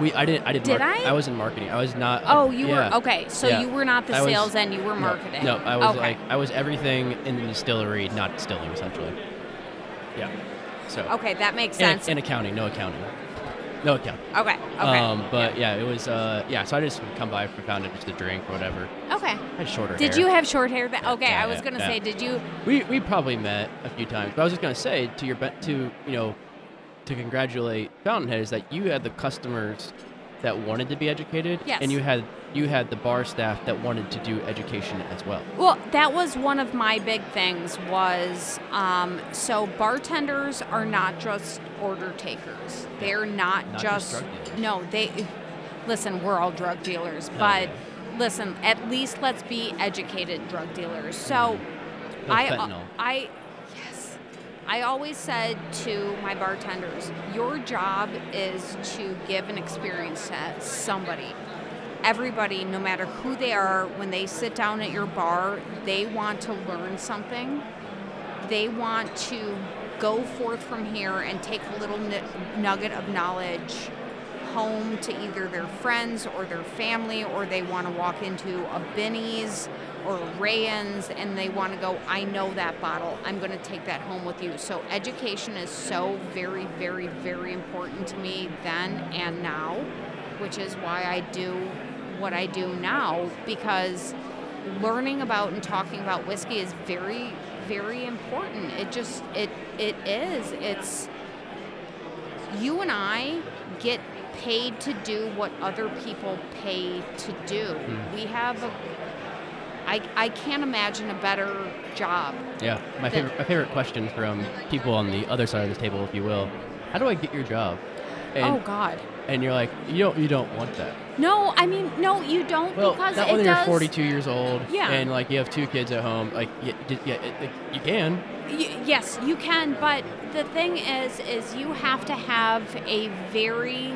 We I didn't I did
Did
mark-
I?
was in marketing. I was not.
Oh, you
yeah.
were okay. So
Yeah.
you were not the
I was-
sales end. You were
No,
marketing.
No, I was
okay.
like I was everything in the distillery, not distilling essentially. Yeah. So.
Okay, that makes
And,
sense.
and accounting, no accounting, no accounting.
okay. Okay.
Um, but yeah. it was uh, yeah. So I just would come by for found it just to drink or whatever.
okay.
I had shorter.
Did
hair.
you have short hair? That okay.
Yeah,
I was
yeah,
gonna
yeah.
say, did you?
We we probably met a few times, but I was just gonna say to your be- to you know to congratulate Fountainhead is that you had the customers that wanted to be educated,
Yes.
and you had you had the bar staff that wanted to do education as well.
Well, that was one of my big things. Was um, so bartenders are not just order takers. They're not,
Not just
just,
drug dealers.
no. They listen. We're all drug dealers,
Oh,
but
yeah.
listen. At least let's be educated drug dealers. So I, uh,
fentanyl.
I, yes, I always said to my bartenders, your job is to give an experience to somebody. Everybody, no matter who they are, when they sit down at your bar, they want to learn something. They want to go forth from here and take a little nu- nugget of knowledge home to either their friends or their family, or they want to walk into a Benny's or Rayan's and they want to go, I know that bottle. I'm going to take that home with you. So, education is so very, very, very important to me then and now, which is why I do what I do now because learning about and talking about whiskey is very, very important. It just, it, it is. It's, you and I get paid to do what other people pay to do.
Hmm.
We have a I, I can't imagine a better job.
Yeah, my
The-
favorite my favorite question from people on the other side of the table, if you will, how do I get your job? And,
oh God.
and you're like, you don't you don't want that.
No, I mean no, you don't
Well,
because
not
it
when
does.
you're 42 years old,
Yeah.
and like you have two kids at home, like yeah, d- yeah it, it- you can.
Y- yes, you can, but the thing is, is you have to have a very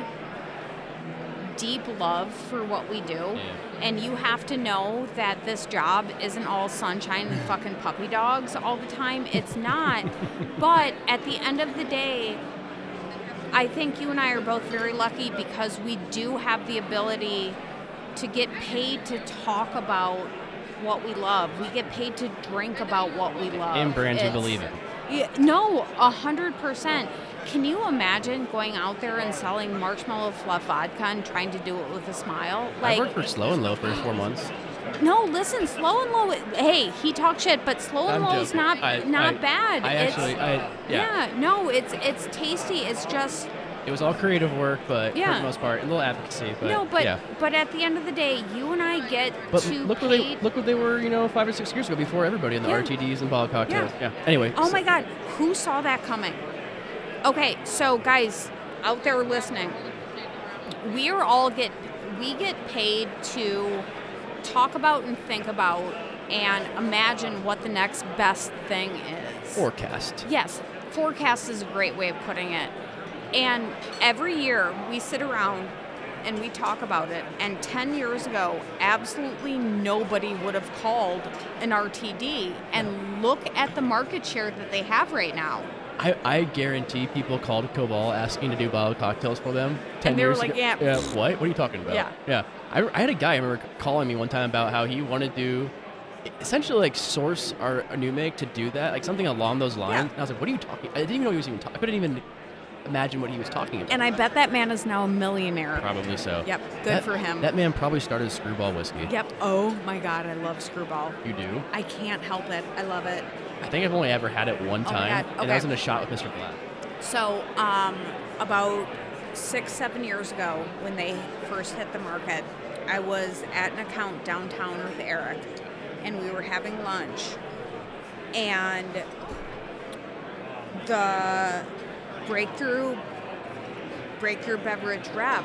deep love for what we do, and you have to know that this job isn't all sunshine and fucking puppy dogs all the time. It's not, but at the end of the day. I think you and I are both very lucky because we do have the ability to get paid to talk about what we love. We get paid to drink about what we love.
And brands who
Uh, It's-
believe it.
Yeah, no, a hundred percent. Can you imagine going out there and selling marshmallow fluff vodka and trying to do it with a smile?
I
Like,
worked for Slow and Low for four months.
no, listen, slow and low. Hey, he talked shit, but slow and
I'm
low is
joking.
not
I-
not
I-
bad.
I
It's-
actually, I, yeah.
yeah, no, it's it's tasty. It's just
It was all creative work, but for
Yeah.
the most part, a little advocacy. But
no, but
yeah.
but at the end of the day, you and I get
But
to
look what they
paid.
look what they were, you know, five or six years ago before everybody in the
Yeah.
RTDs and bottle cocktails. Yeah.
Yeah.
Anyway.
oh
so-
my God, who saw that coming? Okay, so guys out there listening, we are all get we get paid to talk about and think about and imagine what the next best thing is.
Forecast.
Yes, forecast is a great way of putting it. And every year we sit around and we talk about it. And 10 years ago, absolutely nobody would have called an RTD. And look at the market share that they have right now.
I, I guarantee people called Cobalt asking to do bottle cocktails for them. 10
And they were
years
like,
ago.
"Yeah, pfft."
What? What are you talking about?
Yeah.
Yeah. I, I had a guy I remember calling me one time about how he wanted to essentially like source our a new make to do that, like something along those lines. And I was like, what are you talking? I didn't even know he was even talking. I couldn't even imagine what he was talking about.
And I bet that man is now a millionaire.
probably so.
Yep, good
That-
for him.
That man probably started Screwball Whiskey.
Yep. Oh my God, I love screwball.
You do?
I can't help it. I love it.
I think I've only ever had it one
Oh my
time,
God,
and I
okay.
was in a shot with Mr. Black.
So, um, about six, seven years ago, when they first hit the market, I was at an account downtown with Eric, and we were having lunch, and the breakthrough breakthrough beverage rep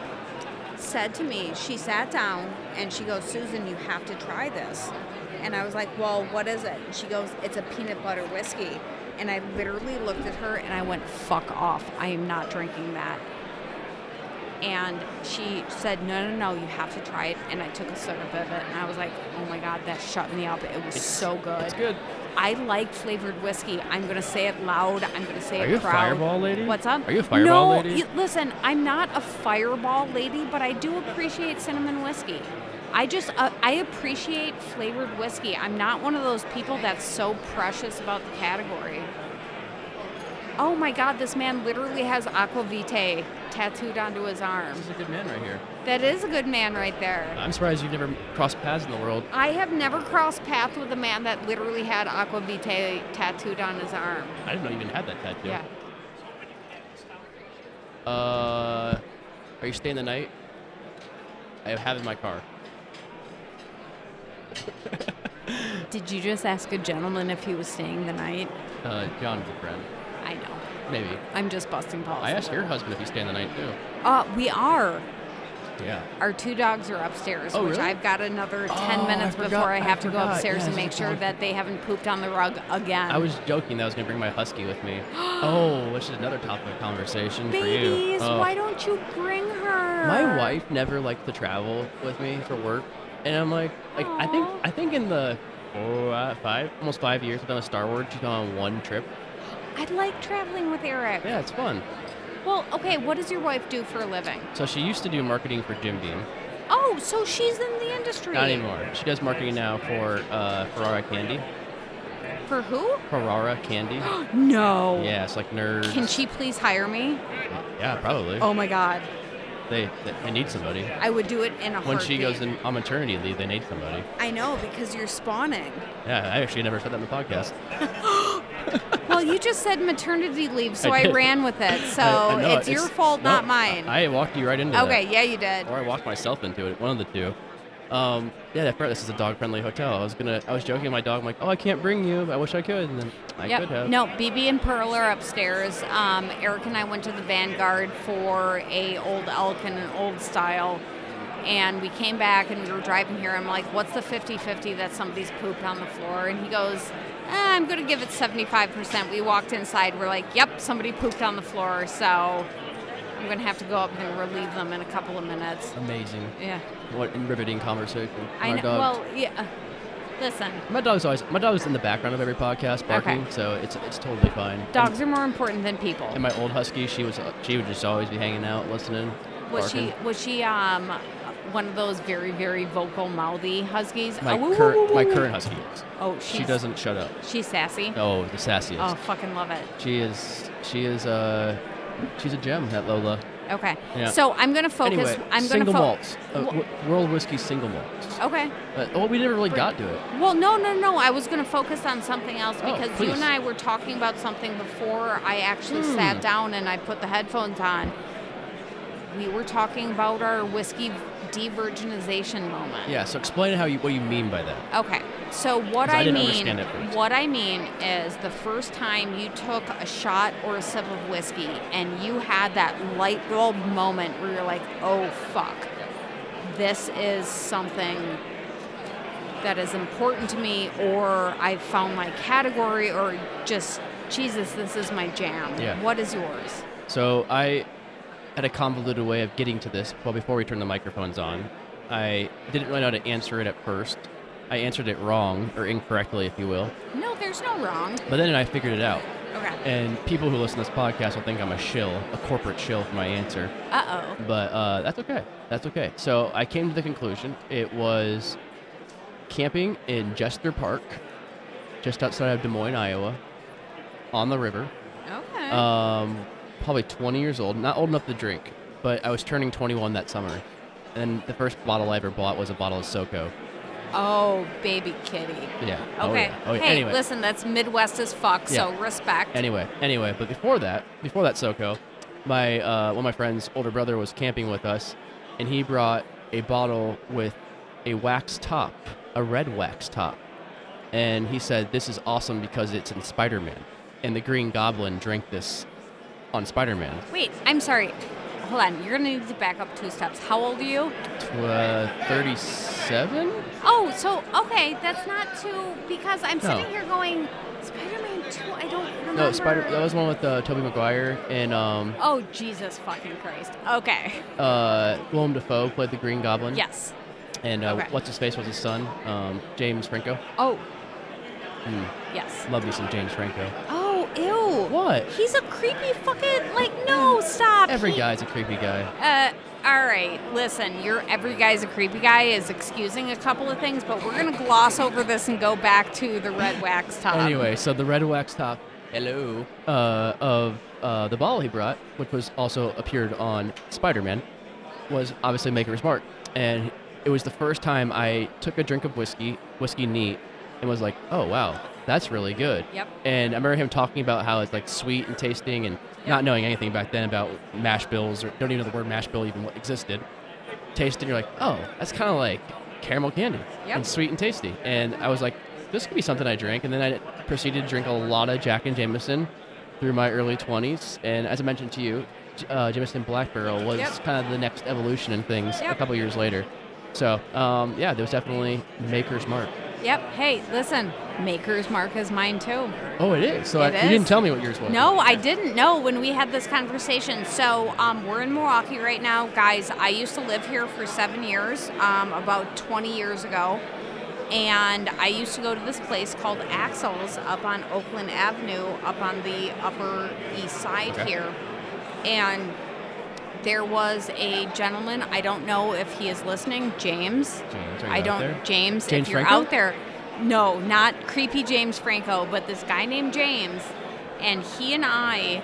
said to me, she sat down and she goes, Susan, you have to try this. And I was like, well, what is it? And she goes, it's a peanut butter whiskey. And I literally looked at her and I went, fuck off. I am not drinking that. And she said, "No, no, no, you have to try it." And I took a sip of it, and I was like, "Oh my god, that shut me up! It was so good."
It's good.
I like flavored whiskey. I'm gonna say it loud. I'm gonna say
Are
it
you a
proud.
Fireball lady?
What's up?
Are you a Fireball
no,
lady?
you- listen, I'm not a fireball lady, but I do appreciate cinnamon whiskey. I just uh, I appreciate flavored whiskey. I'm not one of those people that's so precious about the category. Oh my God, this man literally has aqua vitae tattooed onto his arm.
This is a good man right here.
That is a good man right there.
I'm surprised you've never crossed paths in the world.
I have never crossed paths with a man that literally had aqua vitae tattooed on his arm.
I didn't know you even had that tattoo.
Yeah.
Uh, are you staying the night? I have in my car.
Did you just ask a gentleman if he was staying the night?
Uh, John's a friend.
I know.
Maybe.
I'm just busting balls.
I asked your husband if he's staying the night too.
Uh, we are.
Yeah.
Our two dogs are upstairs,
Oh,
which
really?
I've got another 10
Oh, I
minutes
forgot-
before I
I
have to go
forgot.
upstairs
Yes,
and make
it's
sure
dog-
that they haven't pooped on the rug again.
I was joking that I was gonna bring my husky with me. oh, which is another topic of conversation for you.
Babies,
Oh.
why don't you bring her?
My wife never liked to travel with me for work, and I'm like, like I think
Aw.
I think in the oh, uh, five almost five years I've done a Star Wars. She's gone on one trip.
I like traveling with Eric.
Yeah, it's fun.
Well, okay, what does your wife do for a living?
So she used to do marketing for Jim Beam.
Oh, so she's in the industry.
Not anymore. She does marketing now for uh, Ferrara Candy.
For who?
Ferrara Candy.
No.
yeah, it's like nerds.
Can she please hire me?
yeah, probably.
Oh my God.
They, they they need somebody.
I would do it in a
When she
heartbeat.
goes in, on maternity leave, they need somebody.
I know because you're spawning.
Yeah, I actually never said that in the podcast.
Well, you just said maternity leave, so
I
I,
did.
ran with it. So
I- I know,
it's, your fault,
no,
not mine.
I, I walked you right into that.
okay, yeah, you did.
or I walked myself into it. One of the two. Um, yeah, that, this is a dog-friendly hotel. I was gonna, I was joking with my dog. I'm like, oh, I can't bring you. but I wish I could, and then I
Yep.
could have.
No, BB and Pearl are upstairs. Um, Eric and I went to the Vanguard for a old elk and an old style. And we came back and we were driving here. I'm like, what's the 50 50 that somebody's pooped on the floor? And he goes, "Eh, I'm going to give it 75%. We walked inside. We're like, yep, somebody pooped on the floor. So I'm going to have to go up and relieve them in a couple of minutes.
Amazing.
Yeah.
What a riveting conversation.
I
my
know.
dog.
Well, yeah. Listen,
my dog's always my dog's in the background of every podcast barking,
Okay.
so it's it's totally fine. And-
dogs are more important than people.
And my old husky, she was she would just always be hanging out, listening.
Was
barking.
she was she um one of those very very vocal mouthy huskies?
My
Oh, woo, woo,
current
woo,
my
woo.
current husky is.
Oh,
She
she's-
doesn't shut up.
She's sassy.
Oh, the sassiest.
Oh, fucking love it.
She is she is uh she's a gem. That Lola.
Okay.
Yeah.
So I'm gonna focus.
Anyway,
Oh, I'm gonna
single
fo- Oh.
malts. Uh,
Wh-
w- world whiskey single malts.
okay.
But, well, we never really got to it.
Well, no, no, no. I was gonna focus on something else
Oh,
because you
please.
and I were talking about something before I actually
Hmm.
sat down and I put the headphones on. We were talking about our whiskey de-virginization moment.
Yeah. So explain how you what you mean by that.
Okay. So what
'Cause I
I,
didn't
mean,
understand it first.
what I mean is the first time you took a shot or a sip of whiskey and you had that light bulb moment where you're like, "Oh fuck. This is something that is important to me or I found my category or just Jesus, this is my jam."
Yeah.
What is yours?
So I had a convoluted way of getting to this, but before we turned the microphones on, I didn't really know how to answer it at first. I answered it wrong or incorrectly, if you will.
No, there's no wrong.
But then I figured it out.
Okay.
And people who listen to this podcast will think I'm a shill, a corporate shill for my answer.
Uh-oh.
But uh, that's okay. That's okay. So I came to the conclusion it was camping in Jester Park, just outside of Des Moines, Iowa, on the river.
Okay.
Um, probably 20 years old. Not old enough to drink, but I was turning 21 that summer. And the first bottle I ever bought was a bottle of SoCo.
oh, baby kitty.
Yeah. Oh,
Okay.
yeah. Oh, yeah.
Hey,
anyway.
listen, that's Midwest as fuck, so respect.
Anyway, anyway, but before that, before that SoCo, my uh, one of my friend's older brother was camping with us, and he brought a bottle with a wax top, a red wax top, and he said this is awesome because it's in Spider-Man, and the Green Goblin drank this on Spider-Man.
Wait, I'm sorry. Hold on. You're going to need to back up two steps. How old are you?
uh, Thirty-seven.
Oh, so, okay, that's not too, because I'm
No.
sitting here going, Spider Man 2, I don't remember
No, Spider.
remember-
That was one with uh, Toby Maguire and um,
Oh Jesus fucking Christ. Okay.
uh, Willem Dafoe played the Green Goblin.
Yes.
And uh,
Okay.
what's his face was his son, um, James Franco.
Oh.
Mm.
Yes.
Love me some James Franco.
Oh, ew.
What? Mm.
He's a creepy fucking like no, stop.
Every
He-
guy's a creepy guy.
Uh, all right, listen, your every guy's a creepy guy is excusing a couple of things, but we're going to gloss over this and go back to the red wax top.
Anyway, so the red wax top, hello, uh, of uh, the ball he brought, which was also appeared on Spider Man, was obviously Maker's Mark. And it was the first time I took a drink of whiskey, whiskey neat, and was like, oh, wow, that's really good.
Yep.
And I remember him talking about how it's like sweet and tasting and not knowing anything back then about mash bills or don't even know the word mash bill even existed. Taste and you're like, oh, that's kind of like caramel candy
Yep.
and sweet and tasty. And I was like, this could be something I drink. And then I proceeded to drink a lot of Jack and Jameson through my early 20s. And as I mentioned to you, J- uh, Jameson Black Barrel was
Yep.
kind of the next evolution in things a
Yep.
couple years later. So, um, yeah, there was definitely Maker's Mark.
Yep. Hey, listen, Maker's Mark is mine too.
Oh, it is. So
It
I, you didn't
is.
tell me what yours was.
No, I didn't know when we had this conversation. So um, we're in Milwaukee right now, guys. I used to live here for seven years, um, about 20 years ago, and I used to go to this place called Axel's up on Oakland Avenue, up on the Upper East Side
Okay.
here, and there was a gentleman. I don't know if he is listening, James.
James, are you
I
out
don't,
there?
James,
James
If you're
Franco?
out there, no, not creepy James Franco, but this guy named James, and he and I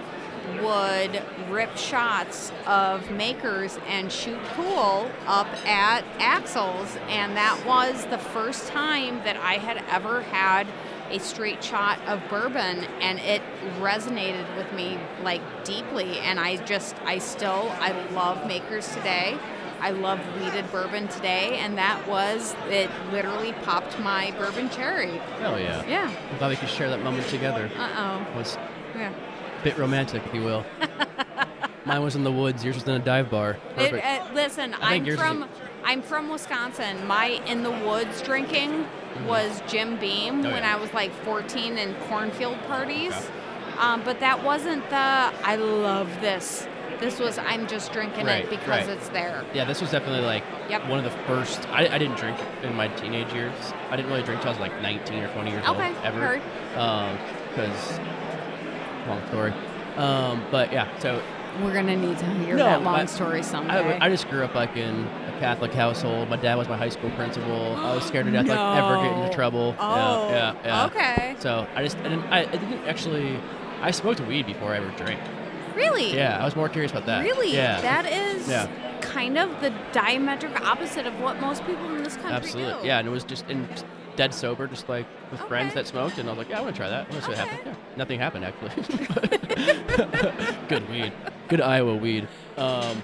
would rip shots of makers and shoot pool up at Axel's, and that was the first time that I had ever had a straight shot of bourbon and it resonated with me like deeply and I just I still I love makers today. I love weeded bourbon today and that was it literally popped my bourbon cherry.
Hell yeah.
Yeah.
I'm glad we could share that moment together.
Uh
It was
oh. Yeah.
a bit romantic, if you will. Mine was in the woods. Yours was in a dive bar.
It,
Perfect.
uh, listen,
I think
I'm
yours is
from I'm from Wisconsin. My in the woods drinking was Jim Beam
Mm-hmm. Oh,
when
yeah.
I was like 14 and cornfield parties. Um, but that wasn't the I love this. This was I'm just drinking
Right,
it because
right.
it's there.
yeah, this was definitely like
Yep.
one of the first. I, I didn't drink in my teenage years. I didn't really drink till I was like 19 or 20 years
Okay,
old. Ever.
heard.
Because long story. Um, but yeah, so
We're gonna need to hear
No,
that long
my-
story someday.
I, I just grew up like in a Catholic household. My dad was my high school principal. I was scared to death like ever get into
No.
trouble.
Oh,
yeah, yeah, yeah.
okay.
So I just I didn't, I, I didn't actually. I smoked weed before I ever drank.
really?
Yeah, I was more curious about that.
Really?
Yeah.
That is
Yeah.
kind of the diametric opposite of what most people in this country
Absolutely.
do.
Yeah, and it was just in dead sober, just like with friends
Okay.
that smoked, and I was like, yeah, I want to try that. I want to see what
Okay.
happened. Yeah. Nothing happened actually. Good weed. Good Iowa weed. Um,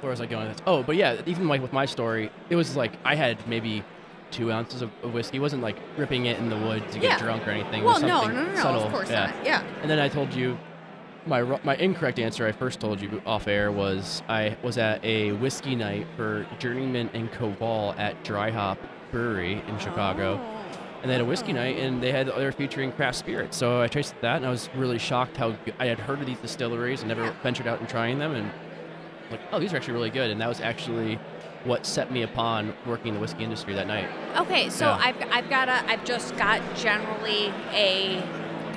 where was I going? with this? Oh, but yeah, even like with my story, it was like I had maybe two ounces of, of whiskey. It wasn't like ripping it in the woods to get
Yeah.
drunk or anything. It
Well,
was
no,
something
no, no, no.
subtle.
Of course
yeah.
not. Yeah.
And then I told you my ro- my incorrect answer I first told you off air was I was at a whiskey night for Journeyman and Koval at Dry Hop Brewery in Chicago.
Oh.
And they had a whiskey night and they had they were featuring craft spirits. So I tasted that and I was really shocked how good, I had heard of these distilleries and never
Yeah.
ventured out and trying them and like oh these are actually really good and that was actually what set me upon working in the whiskey industry that night.
Okay, so
Yeah.
I've, I've got a I've just got generally a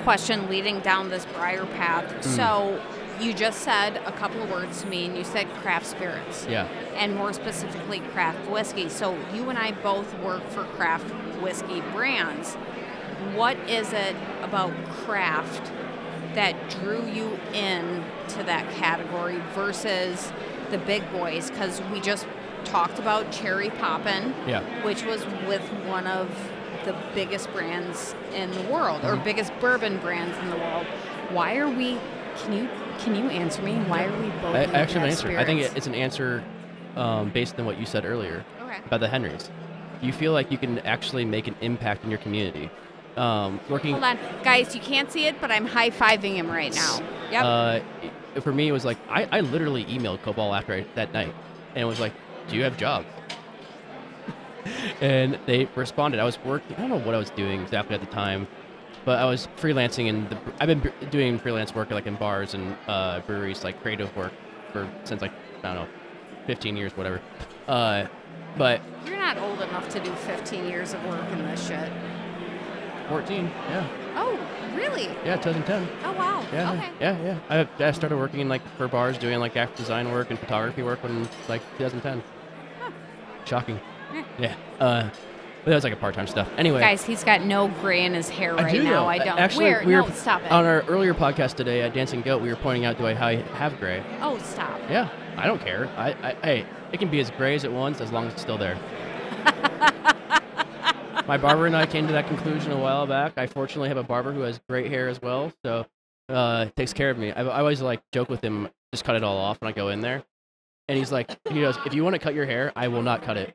question leading down this briar path.
Hmm.
So you just said a couple of words to me, and you said craft spirits,
Yeah.
and more specifically craft whiskey. So you and I both work for craft whiskey brands. What is it about craft that drew you in to that category versus the big boys? Because we just talked about cherry poppin'
Yeah.
which was with one of the biggest brands in the world
Mm-hmm.
or biggest bourbon brands in the world. Why are we? Can you can you answer me? Why are we both?
I, I
in
actually have an
craft
answer. I think it,
spirits?
it's an answer um, based on what you said earlier.
Okay.
about the Henrys. You feel like you can actually make an impact in your community. Um, working
Hold on, guys. You can't see it, but I'm high fiving him right now. Yep.
uh, i- for me, it was like I, I literally emailed Cobol after I, that night, and was like, "Do you have jobs?" and they responded. I was working. I don't know what I was doing exactly at the time. but I was freelancing and the, I've been br- doing freelance work like in bars and uh, breweries, like creative work for since like I don't know, 15 years, whatever. Uh, but
You're not old enough to do 15 years of work in this shit.
14, yeah,
Oh, really?
yeah, 2010.
Oh, wow.
Yeah,
Okay.
yeah, yeah. I, I started working in, like for bars, doing like graphic design work and photography work when like 2010. Shocking.
Yeah.
Yeah. Uh, but that was like a part-time stuff. Anyway,
Guys, he's got no gray in his hair
I
right
do
now.
know. Uh,
I don't.
Actually,
Where?
we were
no, stop it.
on our earlier podcast today at Dancing Goat, we were pointing out, do I ha- have gray?
oh, stop.
Yeah, I don't care. I, I hey, it can be as gray as it wants as long as it's still there. My barber and I came to that conclusion a while back. I fortunately have a barber who has great hair as well, so uh, takes care of me. I, I always like joke with him, just cut it all off when I go in there, and he's like, he goes, if you want to cut your hair, I will not cut it.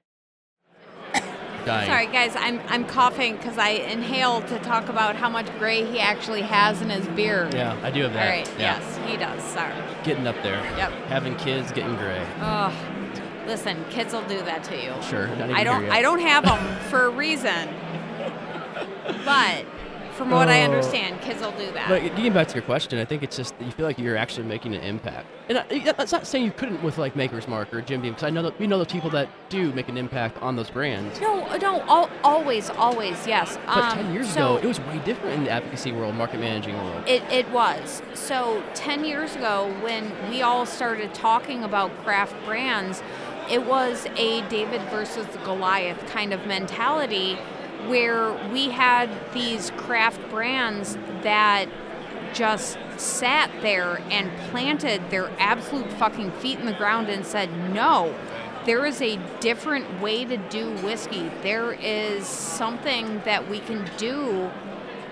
Dying.
Sorry, guys, I'm I'm coughing because I inhaled to talk about how much gray he actually has in his beard.
Yeah, I do have
All
that.
right.
yeah.
Yes, he does. Sorry.
Getting up there.
Yep.
Having kids, getting gray.
Oh, listen, kids will do that to you.
Sure. Not even
I don't.
Here yet.
I don't have them for a reason. But from what I
Oh.
understand, kids will do that.
But getting back to your question, I think it's just that you feel like you're actually making an impact. And I, that's not saying you couldn't with like Maker's Mark or Jim Beam, because I know that we know the people that do make an impact on those brands.
no, uh, no, al- always, always, yes.
But
um,
10 years
so
ago, it was way different in the advocacy world, market managing world.
It, it was. So 10 years ago, when we all started talking about craft brands, it was a David versus Goliath kind of mentality where we had these craft brands that just sat there and planted their absolute fucking feet in the ground and said, no, there is a different way to do whiskey. There is something that we can do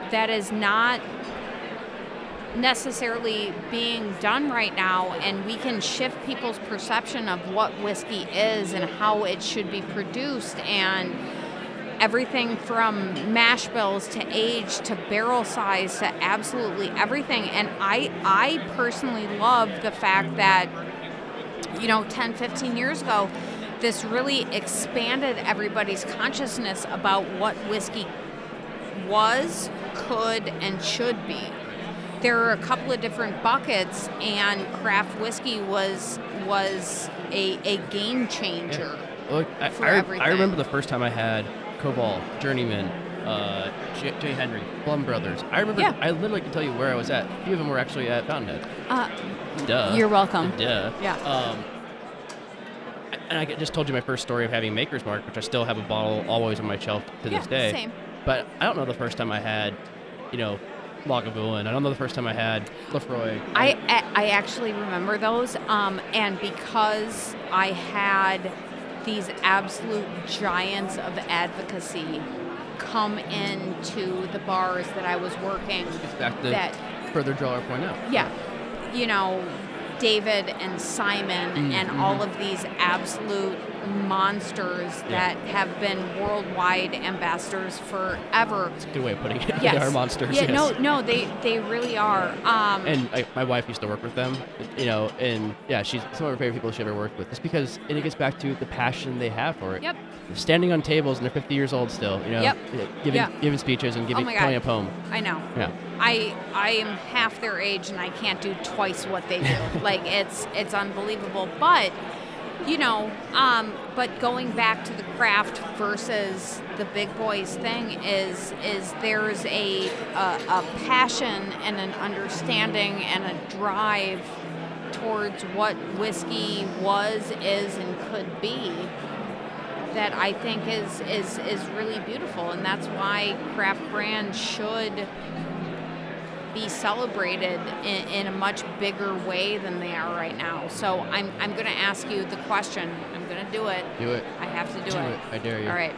that is not necessarily being done right now, and we can shift people's perception of what whiskey is and how it should be produced, and everything from mash bills to age to barrel size to absolutely everything. And I, I personally love the fact that you know 10 15 years ago this really expanded everybody's consciousness about what whiskey was, could, and should be. There are a couple of different buckets, and craft whiskey was was a, a game changer.
Look, I,
for
I, re- I
everything.
remember the first time I had Cobalt, Journeyman, uh, J, J. Henry, Plum Brothers. I remember,
Yeah.
I literally can tell you where I was at. A few of them were actually at Fountainhead.
Uh,
Duh.
you're welcome.
Duh.
Yeah.
Um, and I just told you my first story of having Maker's Mark, which I still have a bottle always on my shelf to
Yeah,
this day.
same.
But I don't know the first time I had, you know, Lagavulin. I don't know the first time I had Lefroy.
I, I I actually remember those, um, and because I had these absolute giants of advocacy come into the bars that I was working
Back to
that
further draw our point out.
yeah, you know, David and Simon
Mm-hmm,
and all of these absolute monsters
Yeah.
that have been worldwide ambassadors forever.
Good way of putting it.
Yes.
they are monsters.
Yeah,
yes.
no, no, they they really are. Um,
And I, my wife used to work with them, you know, and yeah, she's some of her favorite people she ever worked with. Just because and it gets back to the passion they have for it.
Yep.
Standing on tables and they're 50 years old still, you know,
Yep.
giving
Yeah.
giving speeches and
oh
giving
my
telling
god,
a poem.
I know.
Yeah.
I I am half their age and I can't do twice what they do. like it's it's unbelievable. But you know, um, but going back to the craft versus the big boys thing is is there's a a, a passion and an understanding and a drive towards what whiskey was, is, and could be that I think is is is really beautiful, and that's why craft brands should be celebrated in, in a much bigger way than they are right now. So I'm I'm going to ask you the question. I'm going to do it.
Do it.
I have to do,
Do
it.
it. I dare you.
All right.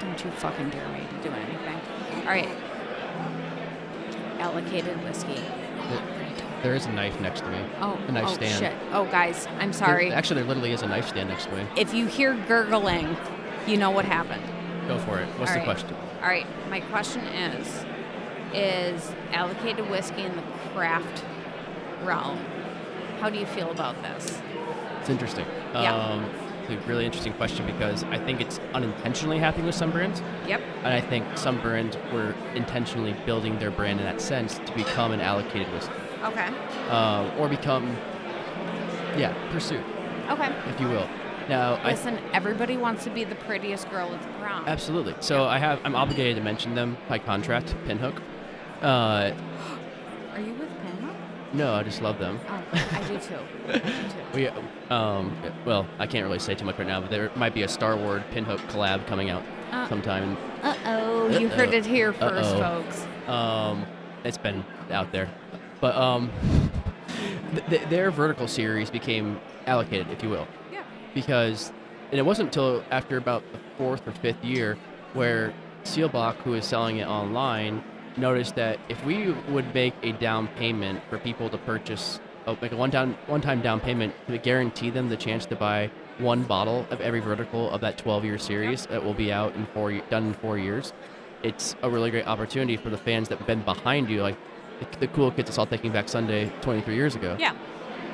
Don't you fucking dare me to do anything. All right. Allocated whiskey.
There is a knife next to me.
Oh,
a knife
oh
stand.
shit. Oh, guys,
There-
I'm sorry.
actually, there literally is a knife stand next to me.
If you hear gurgling, you know what happened.
Go for it. What's
All
the
right.
question?
All right, my question is is allocated whiskey in the craft realm. How do you feel about this?
It's interesting.
Yeah.
Um, a really interesting question because I think it's unintentionally happening with some brands,
Yep.
and I think some brands were intentionally building their brand in that sense to become an allocated whiskey
Okay.
um, or become, yeah, pursuit,
Okay.
if you will. Now, I
Listen, everybody wants to be the prettiest girl at the prom.
Absolutely. So I have I'm obligated to mention them by contract, Pinhook. Uh,
Are you with Pam?
no, I just love them.
Oh, I do too. I do too.
We um well, I can't really say too much right now, but there might be a Star Wars Pinhook collab coming out
Uh.
sometime.
Uh oh, you heard
Uh-oh.
it here 1st
Uh-oh.
folks.
Um it's been out there. But um th- th- their vertical series became allocated, if you will.
Yeah.
because and it wasn't until after about the fourth or fifth year where Sealbach, who is selling it online, noticed that if we would make a down payment for people to purchase, oh, like a one down, one time down payment to guarantee them the chance to buy one bottle of every vertical of that 12 year series that will be out in four ye- done in four years, it's a really great opportunity for the fans that have been behind you, like the, the cool kids that saw Taking Back Sunday 23 years ago.
Yeah.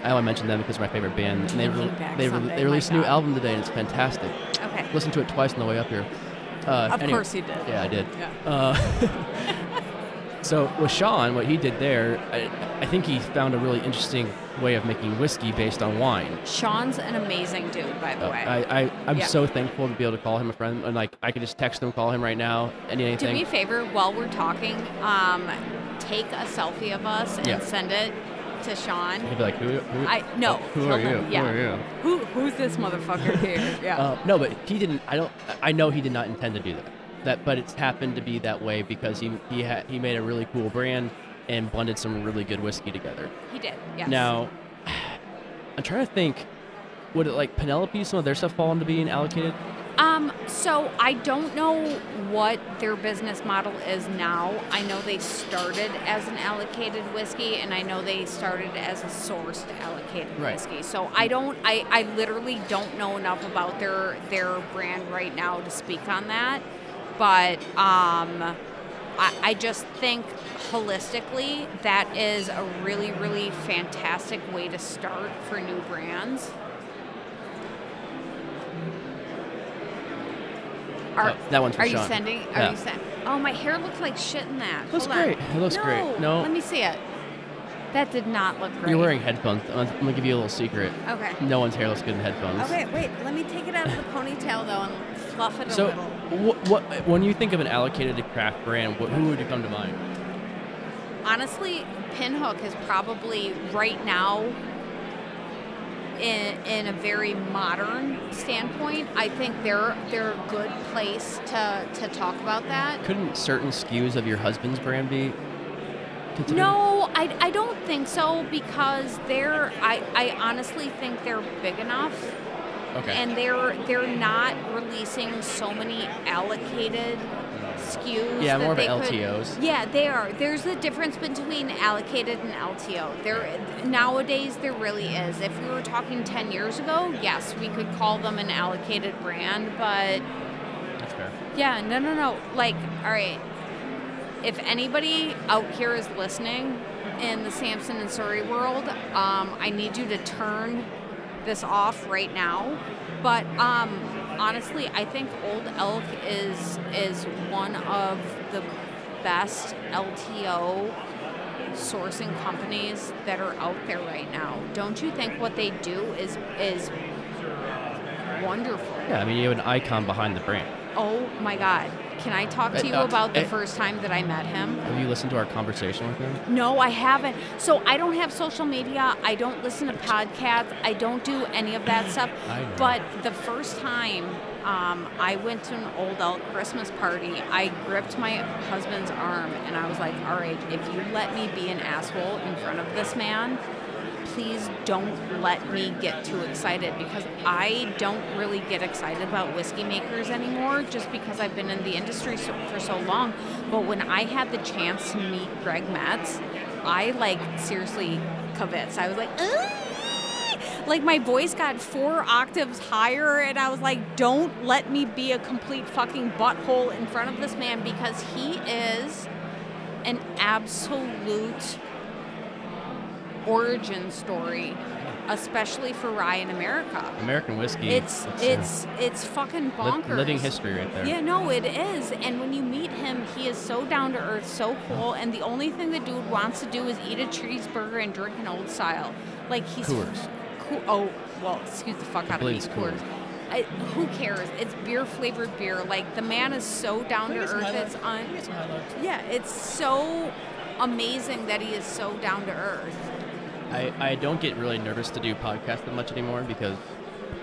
I only mentioned them because they're my favorite band, and they
Taking
re-
Back
they, re-
Sunday,
they released a
my
new
God.
album today, and it's fantastic.
Okay.
Listened to it twice on the way up here. Uh,
Of
anyway-
course you did.
Yeah, I did.
Yeah.
So with Sean, what he did there, I, I think he found a really interesting way of making whiskey based on wine.
Sean's an amazing dude, by the
Uh,
way.
I, I I'm
Yeah.
so thankful to be able to call him a friend, and like I could just text him, call him right now, any
Do
anything.
me a favor while we're talking. Um, take a selfie of us and
Yeah.
send it to Sean.
He'd be like, who? who
I no.
Who
tell
are
him,
you?
Yeah.
Who are you?
Who who's this motherfucker here? Yeah.
Uh, no, but he didn't. I don't. I know he did not intend to do that. That, but it's happened to be that way because he he ha- he made a really cool brand and blended some really good whiskey together.
he did. Yes.
Now, I'm trying to think. Would it like Penelope some of their stuff fall into being allocated?
Um, so I don't know what their business model is now. I know they started as an allocated whiskey, and I know they started as a sourced allocated
Right.
whiskey. So I don't, I, I literally don't know enough about their their brand right now to speak on that. But um, I, I just think holistically that is a really really fantastic way to start for new brands. Are,
Oh, that one's for
are you
Sean.
sending? Are
Yeah.
you sending? Oh, my hair looked like shit in that.
Looks
Hold on.
great. It looks
no,
great. No.
let me see it. That did not look great.
You're wearing headphones. I'm, I'm gonna give you a little secret.
Okay.
No one's hair looks good in headphones.
Oh. Okay, wait. Let me take it out of the ponytail though and fluff it
So,
a little.
what, what when you think of an allocated to craft brand, wh- who would you come to mind?
Honestly, Pinhook is probably right now. In, in a very modern standpoint, I think they're they're a good place to, to talk about that.
Couldn't certain SKUs of your husband's brand be? considered?
No, I, I don't think so because they're I, I honestly think they're big enough
Okay.
and they're they're not releasing so many allocated SKUs.
Yeah,
that
more of
they could-
LTOs.
Yeah, they are. There's a difference between allocated and LTO. There nowadays there really is. If we were talking ten years ago, yes, we could call them an allocated brand, but
That's fair.
yeah, no, no, no. Like, all right. If anybody out here is listening in the Samson and Surrey world, um, I need you to turn this off right now. But um, honestly, I think Old Elk is is one of the best LTO sourcing companies that are out there right now. Don't you think what they do is is wonderful?
Yeah, I mean, you have an icon behind the brand.
Oh my God. Can I talk
Uh,
to you
uh,
about the
eh.
first time that I met him?
Have you listened to our conversation with him?
No, I haven't. So I don't have social media. I don't listen to podcasts. I don't do any of that stuff.
I know.
But the first time um, I went to an Old Elk Christmas party, I gripped my husband's arm and I was like, all right, if you let me be an asshole in front of this man, please don't let me get too excited because I don't really get excited about whiskey makers anymore just because I've been in the industry so, for so long. But when I had the chance to meet Greg Metz, I like seriously kavits. I was like, "Aah!" like my voice got four octaves higher, and I was like, don't let me be a complete fucking butthole in front of this man because he is an absolute origin story especially for rye in America.
American whiskey.
It's
That's, uh,
it's it's fucking
li-
bonkers.
living history right there.
Yeah, no, it is. And when you meet him, he is so down to earth, so cool. And the only thing the dude wants to do is eat a cheeseburger and drink an old style. Like he's
Coors.
Coo- oh, well, excuse the fuck out of
believe
me,
it's
Coors.
Coors.
I, who cares? It's beer flavored beer. Like the man is so down to earth. It's on. Yeah, it's so amazing that he is so down to earth.
I, I don't get really nervous to do podcasts that much anymore because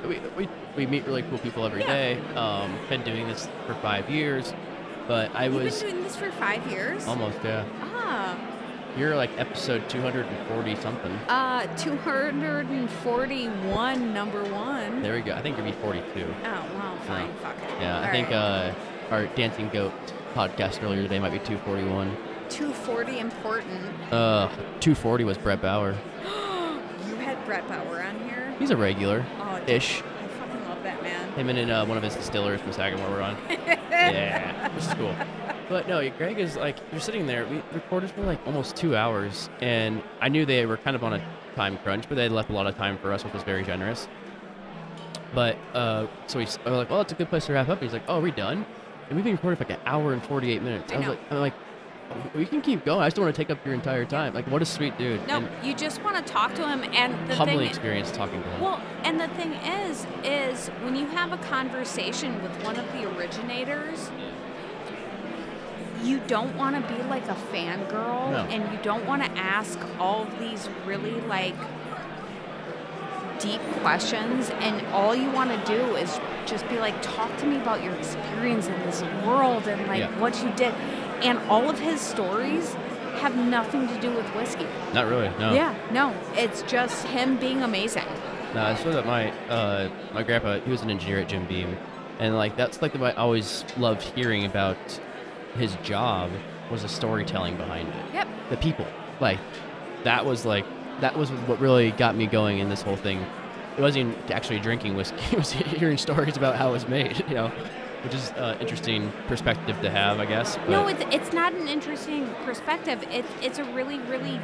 we, we, we meet really cool people every
Yeah.
day. Um, been doing this for five years, but I
You've
was Um,
been doing this for five years.
almost yeah.
ah,
You're like episode 240 something.
uh, 241 number one.
There we go. I think it'd be 42.
Oh wow, fine,
No.
fuck it.
Yeah, I
All
think
right.
uh, our Dancing Goat podcast earlier today might be 241.
240 important.
Uh, 240 was Brett Bauer.
You had Brett Bauer on here.
He's a regular
Oh, dude,
ish.
I fucking love that man.
Him and then, uh, one of his distillers from Sagamore were on. yeah, which is cool. But no, Greg is like, you're sitting there. We recorded for like almost two hours, and I knew they were kind of on a time crunch, but they left a lot of time for us, which was very generous. But uh, so we s- I was like, well, it's a good place to wrap up. He's like, oh, are we done? And we've been recording for like an hour and 48 minutes.
I
I was
know.
like, I'm like, we can keep going. I just don't want to take up your entire time. Like, what a sweet dude.
No,
And
you just want to talk to him, and the
humbling
thing.
experience talking to him.
Well, and the thing is, is when you have a conversation with one of the originators, you don't want to be like a fangirl,
No.
and you don't want to ask all of these really like deep questions, and all you want to do is just be like, talk to me about your experience in this world and like
Yeah.
what you did, and all of his stories have nothing to do with whiskey.
Not really. No.
Yeah, no, it's just him being amazing.
No, I saw that my uh, my grandpa he was an engineer at Jim Beam, and like that's like the I always loved hearing about his job was the storytelling behind it.
Yep.
The people, like that was like that was what really got me going in this whole thing. It wasn't even actually drinking whiskey; it was hearing stories about how it was made. You know, which is uh, interesting perspective to have, I guess. But
No, it's it's not an interesting perspective. It's it's a really really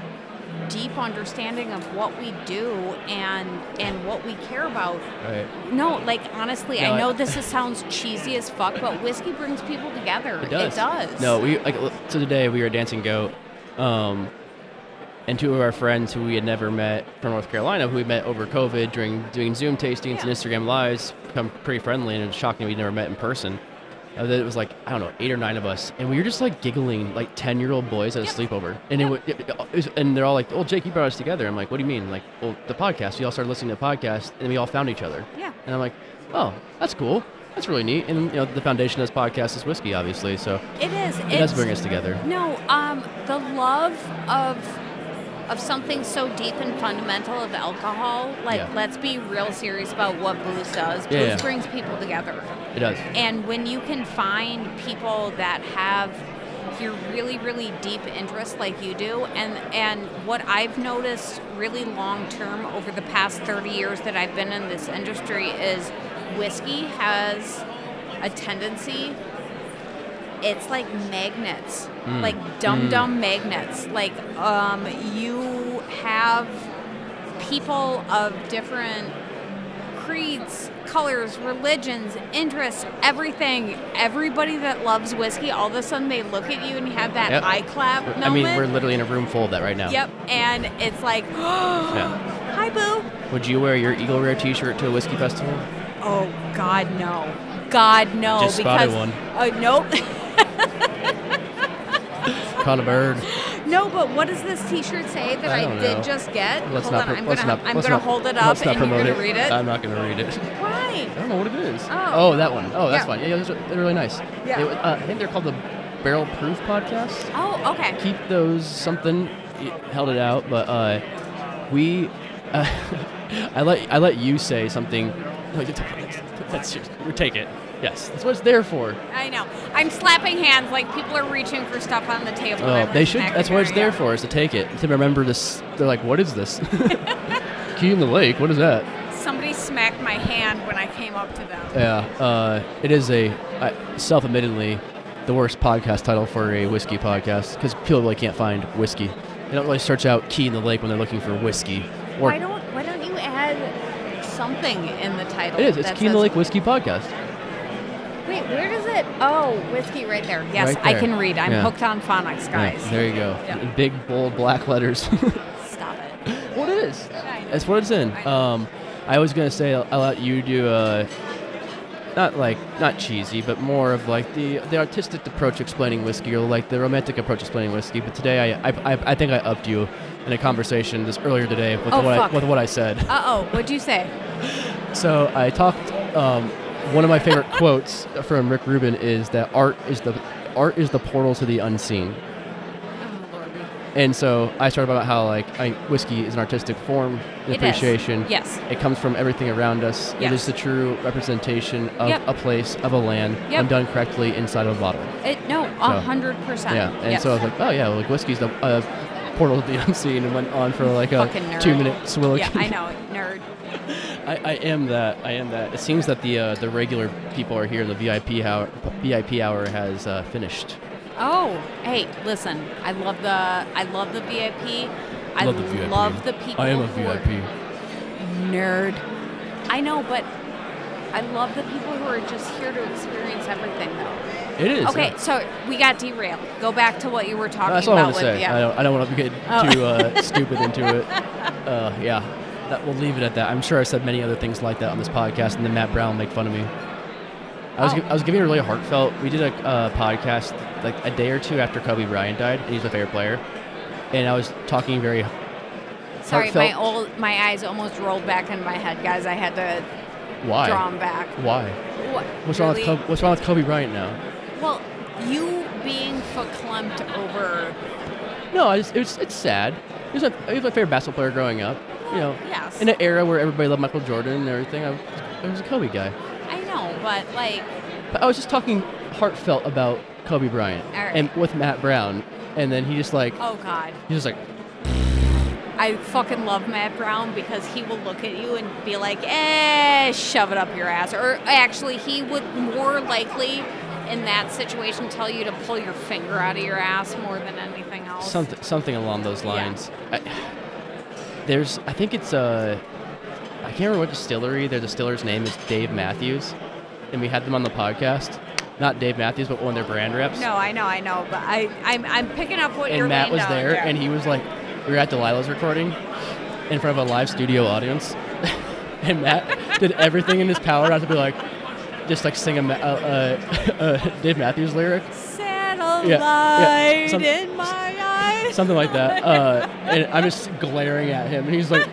deep understanding of what we do and and what we care about.
right.
No, like honestly,
No, I-
I know this is, sounds cheesy as fuck, but whiskey brings people together.
It does. No, we like l- so today we were at Dancing Goat, um, and two of our friends who we had never met from North Carolina, who we met over COVID during doing Zoom tastings and
Yeah.
Instagram lives, become pretty friendly, and it was shocking we'd never met in person. Uh, that it was like I don't know eight or nine of us, and we were just like giggling like ten year old boys at a sleepover, and it, would, it was, and they're all like, "Oh, Jake, you brought us together." I'm like, "What do you mean?" Like, "Well, the podcast. We all started listening to the podcast, and we all found each other."
Yeah.
And I'm like, "Oh, that's cool. That's really neat." And you know, the foundation of this podcast is whiskey, obviously. So
it is.
it does
It's-
bring us together.
No, um, the love of of something so deep and fundamental of alcohol. Like,
Yeah.
let's be real serious about what booze does. Booze
Yeah, yeah.
brings people together.
It does.
And when you can find people that have your really really deep interest like you do and and what I've noticed really long term over the past 30 years that I've been in this industry is whiskey has a tendency it's like magnets
Hmm.
like dumb dumb magnets like um you have people of different creeds, colors, religions, interests, everything. Everybody that loves whiskey, all of a sudden they look at you and you have that
Yep.
eye clap moment.
I mean, we're literally in a room full of that right now.
yep, and it's like, hi boo.
Would you wear your Eagle Rare T-shirt to a whiskey festival?
Oh God, no, God no,
Just spotted one.
because Uh, nope.
Caught a bird.
No, but what does this T-shirt say that
I
I,
don't
did
know.
just get?
Let's
Hold
not.
on,
pro-
I'm
let's
gonna
not,
I'm
let's
gonna
not-
hold it up
let's not
and you're
promote
gonna read it.
I'm not gonna read it. I
Why?
don't know what it is.
Oh.
that one. Oh, that's
Yeah.
fine. Yeah, those are, they're really nice.
Yeah.
They- uh, I think they're called the Barrel Proof Podcast.
Oh, okay.
keep those something it held it out but uh we uh, i let i let you say something no, you that's yours. we take it yes that's what it's there for
I know. I'm slapping hands like people are reaching for stuff on the table. and
oh
I'm
they
like
should
smacking
that's what
her,
it's there
yeah.
for is to take it to remember this they're like what is this key in the lake what is that
Somebody smacked my hand when I came up to them.
yeah uh it is a I, self-admittedly the worst podcast title for a whiskey podcast because people really can't find whiskey they don't really search out key in the lake when they're looking for whiskey or
why don't Why don't you add had something in the title.
It is. It's
that
Keen
says-
Lake Whiskey Podcast.
Wait, where does it? Oh, whiskey right there.
Yes,
Right
I
there.
can read. I'm
Yeah.
hooked on phonics,
Yeah,
guys.
there you go.
Yeah.
Big bold black letters.
Stop it.
what it is?
I know.
That's what it's in.
I know.
Um, I was gonna say I'll, I'll let you do uh, not like not cheesy, but more of like the the artistic approach explaining whiskey, or like the romantic approach explaining whiskey. But today I I, I, I think I upped you in a conversation this earlier today with
Oh,
what
fuck.
I, with what I said.
Uh oh, what'd you say?
So I talked. Um, one of my favorite quotes from Rick Rubin is that art is the art is the portal to the unseen.
Oh, Lordy.
And so I started about how like I, whiskey is an artistic form, an
It is.
appreciation.
Yes.
It comes from everything around us. It is
Yes.
the true representation of
Yep.
a place, of a land,
Yep.
when done correctly inside of a bottle.
It, no,
So,
a hundred percent.
yeah. And
Ah, yes.
so I was like, oh yeah, like whiskey's the uh, portal to the unseen, and went on for like a
Fucking nerd.
two minute soliloquy.
yeah, I know, nerd.
I, I am that. I am that. It seems that the uh, the regular people are here, and the VIP hour VIP hour has uh, finished.
Oh, hey, listen, I love the I love the VIP. I
Love the VIP.
love the people.
I am a
who are-
VIP.
nerd. I know, but I love the people who are just here to experience everything, though.
It is.
Okay,
yeah.
so we got derailed. Go back to what you were talking
That's all I
about
want to
with
say.
the.
I uh, don't, I don't want to get
Oh.
too uh, stupid into it. Uh, yeah, that, we'll leave it at that. I'm sure I said many other things like that on this podcast, and then Matt Brown will make fun of me. I was,
Oh.
gi- I was giving a really heartfelt. We did a uh, podcast like a day or two after Kobe Bryant died, and he's my favorite player. And I was talking very
Sorry, my
heartfelt-
old my eyes almost rolled back in my head, guys. I had to
why
draw them back.
why
What,
what's wrong
really?
with Kobe, what's wrong with Kobe Bryant now?
Well, you being verklempt over.
No, I just, it was, it's sad. He was, my, he was my favorite basketball player growing up. You know,
Yes.
in an era where everybody loved Michael Jordan and everything, I, I was a Kobe guy.
I know, but like,
But I was just talking heartfelt about Kobe Bryant
All right.
and with Matt Brown, and then he just like
oh god,
he's just like
I fucking love Matt Brown because he will look at you and be like, eh, shove it up your ass. Or actually, he would more likely in that situation tell you to pull your finger out of your ass more than anything else.
something something along those lines. I, there's I think it's uh, I can't remember what distillery. Their distiller's name is Dave Matthews, and we had them on the podcast. Not Dave Matthews, but one of their brand reps.
No, I know, I know, but I, I'm, I'm picking up what you're
and Matt
laying
was
down
there, and he was like, we were at Delilah's recording in front of a live studio audience, and Matt did everything in his power not to be like, just like sing a, Ma- a, a, a Dave Matthews lyric,
satellite
some-
in my eyes.
something like that. Uh, and I'm just glaring at him, and he's like,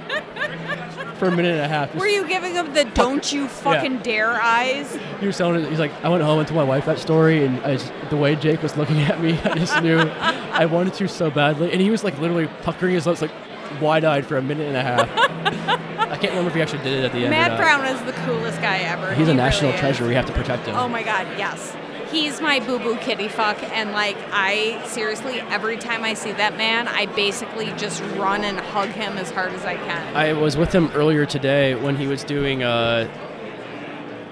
for a minute and a half, just,
Were you giving him the don't you fucking dare eyes?
he was telling it. He's like, I went home and told my wife that story, and I just, the way Jake was looking at me, I just knew I wanted to so badly. And he was like literally puckering his lips, like wide eyed for a minute and a half. I can't remember if he actually did it at the end. or
Matt
not.
Brown is the coolest guy ever.
uh, He's
He
a national
really is.
treasure. We have to protect him.
Oh my god, yes. He's my boo boo kitty fuck, and like, I seriously, every time I see that man, I basically just run and hug him as hard as I can.
I was with him earlier today when he was doing. Uh,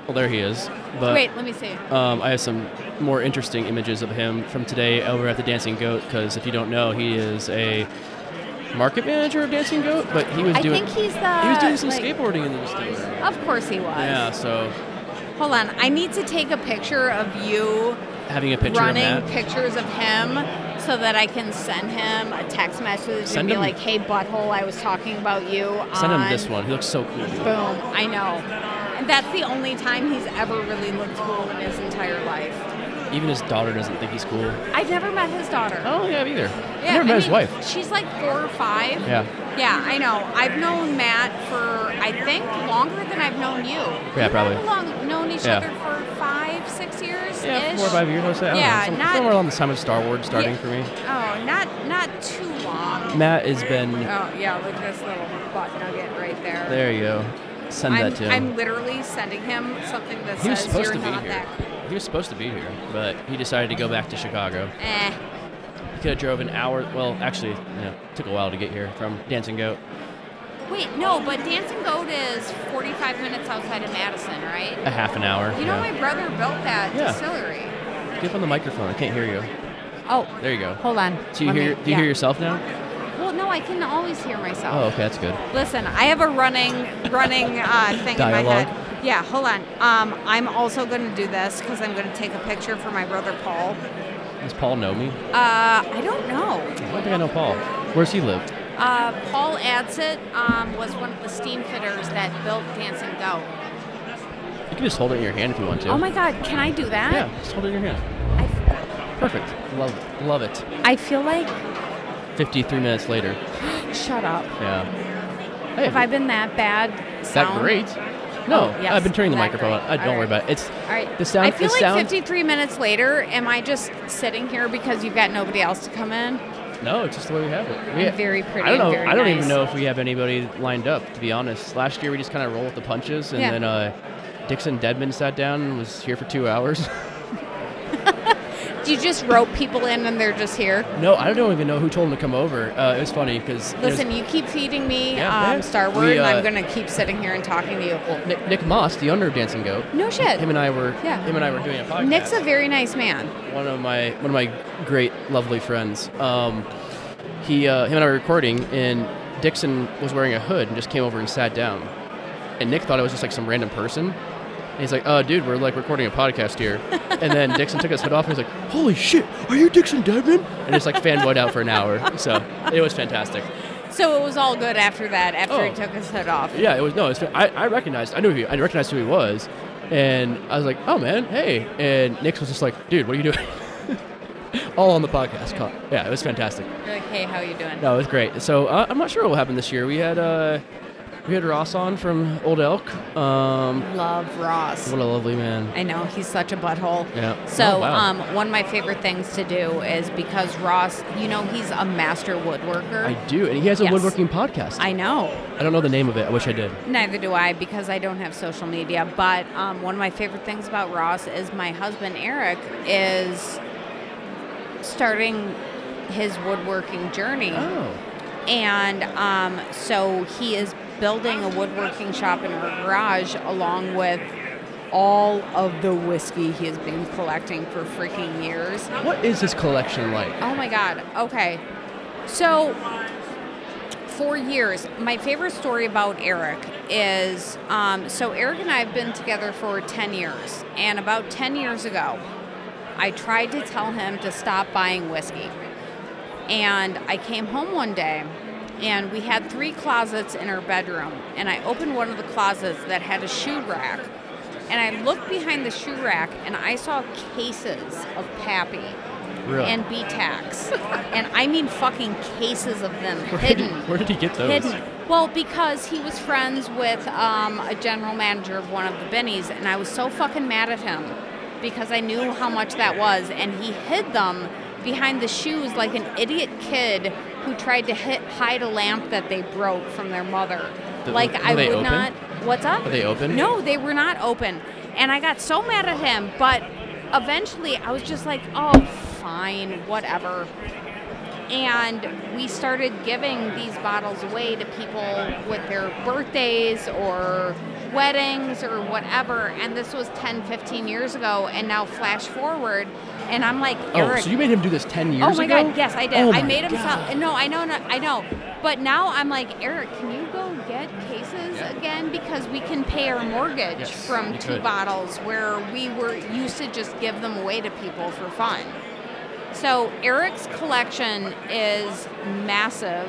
well, there he is. But
Wait, let me see.
Um, I have some more interesting images of him from today over at the Dancing Goat because if you don't know, he is a market manager of Dancing Goat. But he was
I
doing
think he's the.
he was
Uh,
doing some
like-
skateboarding in the distillery.
Of course he was.
Yeah, so
Hold on, I need to take a picture of you
having a picture
running
of that.
pictures of him so that I can send him a text message
Send
and be
him-
like, hey, butthole, I was talking about you.
Send him
on
this one. He looks so cool.
Boom, I know. And that's the only time he's ever really looked cool in his entire life.
Even his daughter doesn't think he's cool.
I've never met his daughter.
I don't think I have either. I've
Yeah,
Oh, never met
I
his
mean,
wife.
She's like four or five.
Yeah.
Yeah, I know. I've known Matt for I think longer than I've known you.
Yeah,
We've
probably.
Long, known each
Yeah.
other for five, six years.
Yeah, four or five years, I would say. I don't
Yeah,
know. Some-
not-
somewhere along the time of Star Wars starting
Yeah.
for me.
Oh, not not too long.
Matt has been.
Oh yeah, look at this little butt nugget right there.
There you go. Send
I'm,
that to him.
I'm literally sending him something that
he was
says
supposed
you're
to be
not
here.
that cool.
He was supposed to be here, but he decided to go back to Chicago.
Eh.
He could have drove an hour. Well, actually, you know, took a while to get here from Dancing Goat.
Wait, no, but Dancing Goat is 45 minutes outside of Madison, right?
A half an hour.
You know, my brother built that
Yeah.
distillery.
Get up on the microphone. I can't hear you.
Oh,
There you go.
hold on.
Do you
Let
hear?
me-
do you hear
yeah.
yourself now?
Well, No, I can always hear myself.
Oh, okay, that's good.
Listen, I have a running running uh, thing in my
Dialogue.
head. Yeah, hold on. Um, I'm also going to do this because I'm going to take a picture for my brother Paul.
Does Paul know me?
Uh, I don't know.
I don't think I know Paul. Where's he live?
Uh, Paul Adsett um, was one of the steam fitters that built Dancing Go.
You can just hold it in your hand if you want to.
Oh my God, can I do that?
yeah, just hold it in your hand.
I,
Perfect. Love it. Love it.
I feel like
53 minutes later.
shut up.
Yeah. Hey,
Have I been that bad?
is that
Sound?
great? No,
Oh, yes,
I've been turning the
that
microphone
great.
on. I, don't
All
worry
right.
about it. It's
All right.
the sound.
I feel
the
like
sound.
53 minutes later, am I just sitting here because you've got nobody else to come in?
No, it's just the way we have it. We
I'm very pretty
I don't
and
know.
very
I don't
nice.
even know if we have anybody lined up. To be honest, last year we just kind of rolled with the punches, and
Yeah.
then uh, Dixon Deadman sat down and was here for two hours.
Do you just rope people in and they're just here?
no, I don't even know who told him to come over. Uh, it was funny because
Listen, you keep feeding me
Yeah.
um,
Yeah.
Star Wars,
We,
and
uh,
I'm going to keep sitting here and talking to you.
Nick, Nick Moss, the owner of Dancing Goat.
No shit.
Him and I were.
Yeah.
Him and I were doing a podcast.
Nick's a very nice man.
one of my one of my great lovely friends. Um, he uh, him and I were recording, and Dixon was wearing a hood and just came over and sat down. And Nick thought I was just like some random person. And he's like, "Oh, dude, we're like recording a podcast here." and then Dixon took his hood off and was like, "Holy shit, are you Dixon Deadman?" And just like fanboyed out for an hour. So it was fantastic.
So it was all good after that, after
Oh.
he took his hood off.
Yeah, it was no. It's, I, I recognized. I knew who. I recognized who he was, and I was like, "Oh man, hey!" And Nick was just like, "Dude, what are you doing?" All on the podcast. call. Yeah, it was fantastic.
You're like, hey, how you doing?
No, it was great. So uh, I'm not sure what will happen this year. We had uh, we had Ross on from Old Elk. Um,
Love Ross.
what a lovely man.
I know he's such a butthole.
Yeah.
So
Oh, wow.
um, one of my favorite things to do is because Ross, you know, he's a master woodworker.
I do, and he has a
Yes.
woodworking podcast. I,
I know.
don't know the name of it. I wish I did.
Neither do I because I don't have social media. But um, one of my favorite things about Ross is my husband Eric is starting his woodworking journey.
Oh,
And um, so he is building a woodworking shop in our garage along with all of the whiskey he has been collecting for freaking years.
Oh. what is his collection like?
Oh my God. Okay. So, for years, my favorite story about Eric is um, so Eric and I have been together for 10 years. And about 10 years ago, I tried to tell him to stop buying whiskey. And I came home one day and we had three closets in our bedroom. And I opened one of the closets that had a shoe rack. And I looked behind the shoe rack and I saw cases of Pappy
Really?
and B-Tax. and I mean fucking cases of them
where, did,
hidden.
where did he get those?
hidden. Well, because he was friends with um, a general manager of one of the Bennies, and I was so fucking mad at him because I knew how much that was, and he hid them behind the shoes like an idiot kid who tried to hit, hide a lamp that they broke from their mother.
Th-
like
were
I would
they open?
not. What's up?
Were they open?
No, they were not open. And I got so mad at him, but eventually I was just like, oh, fine, whatever. And we started giving these bottles away to people with their birthdays or weddings or whatever. And this was 10, 15 years ago. And now flash forward, and I'm like,
Oh,
Eric,
so you made him do this ten years
Oh my
ago?
god, yes, I did.
Oh my
I made him
God.
sell. No, I know, no, I know. But now I'm like, Eric, can you go get cases again because we can pay our mortgage
Yes,
from
you
two
could.
bottles where we were used to just give them away to people for fun. So Eric's collection is massive.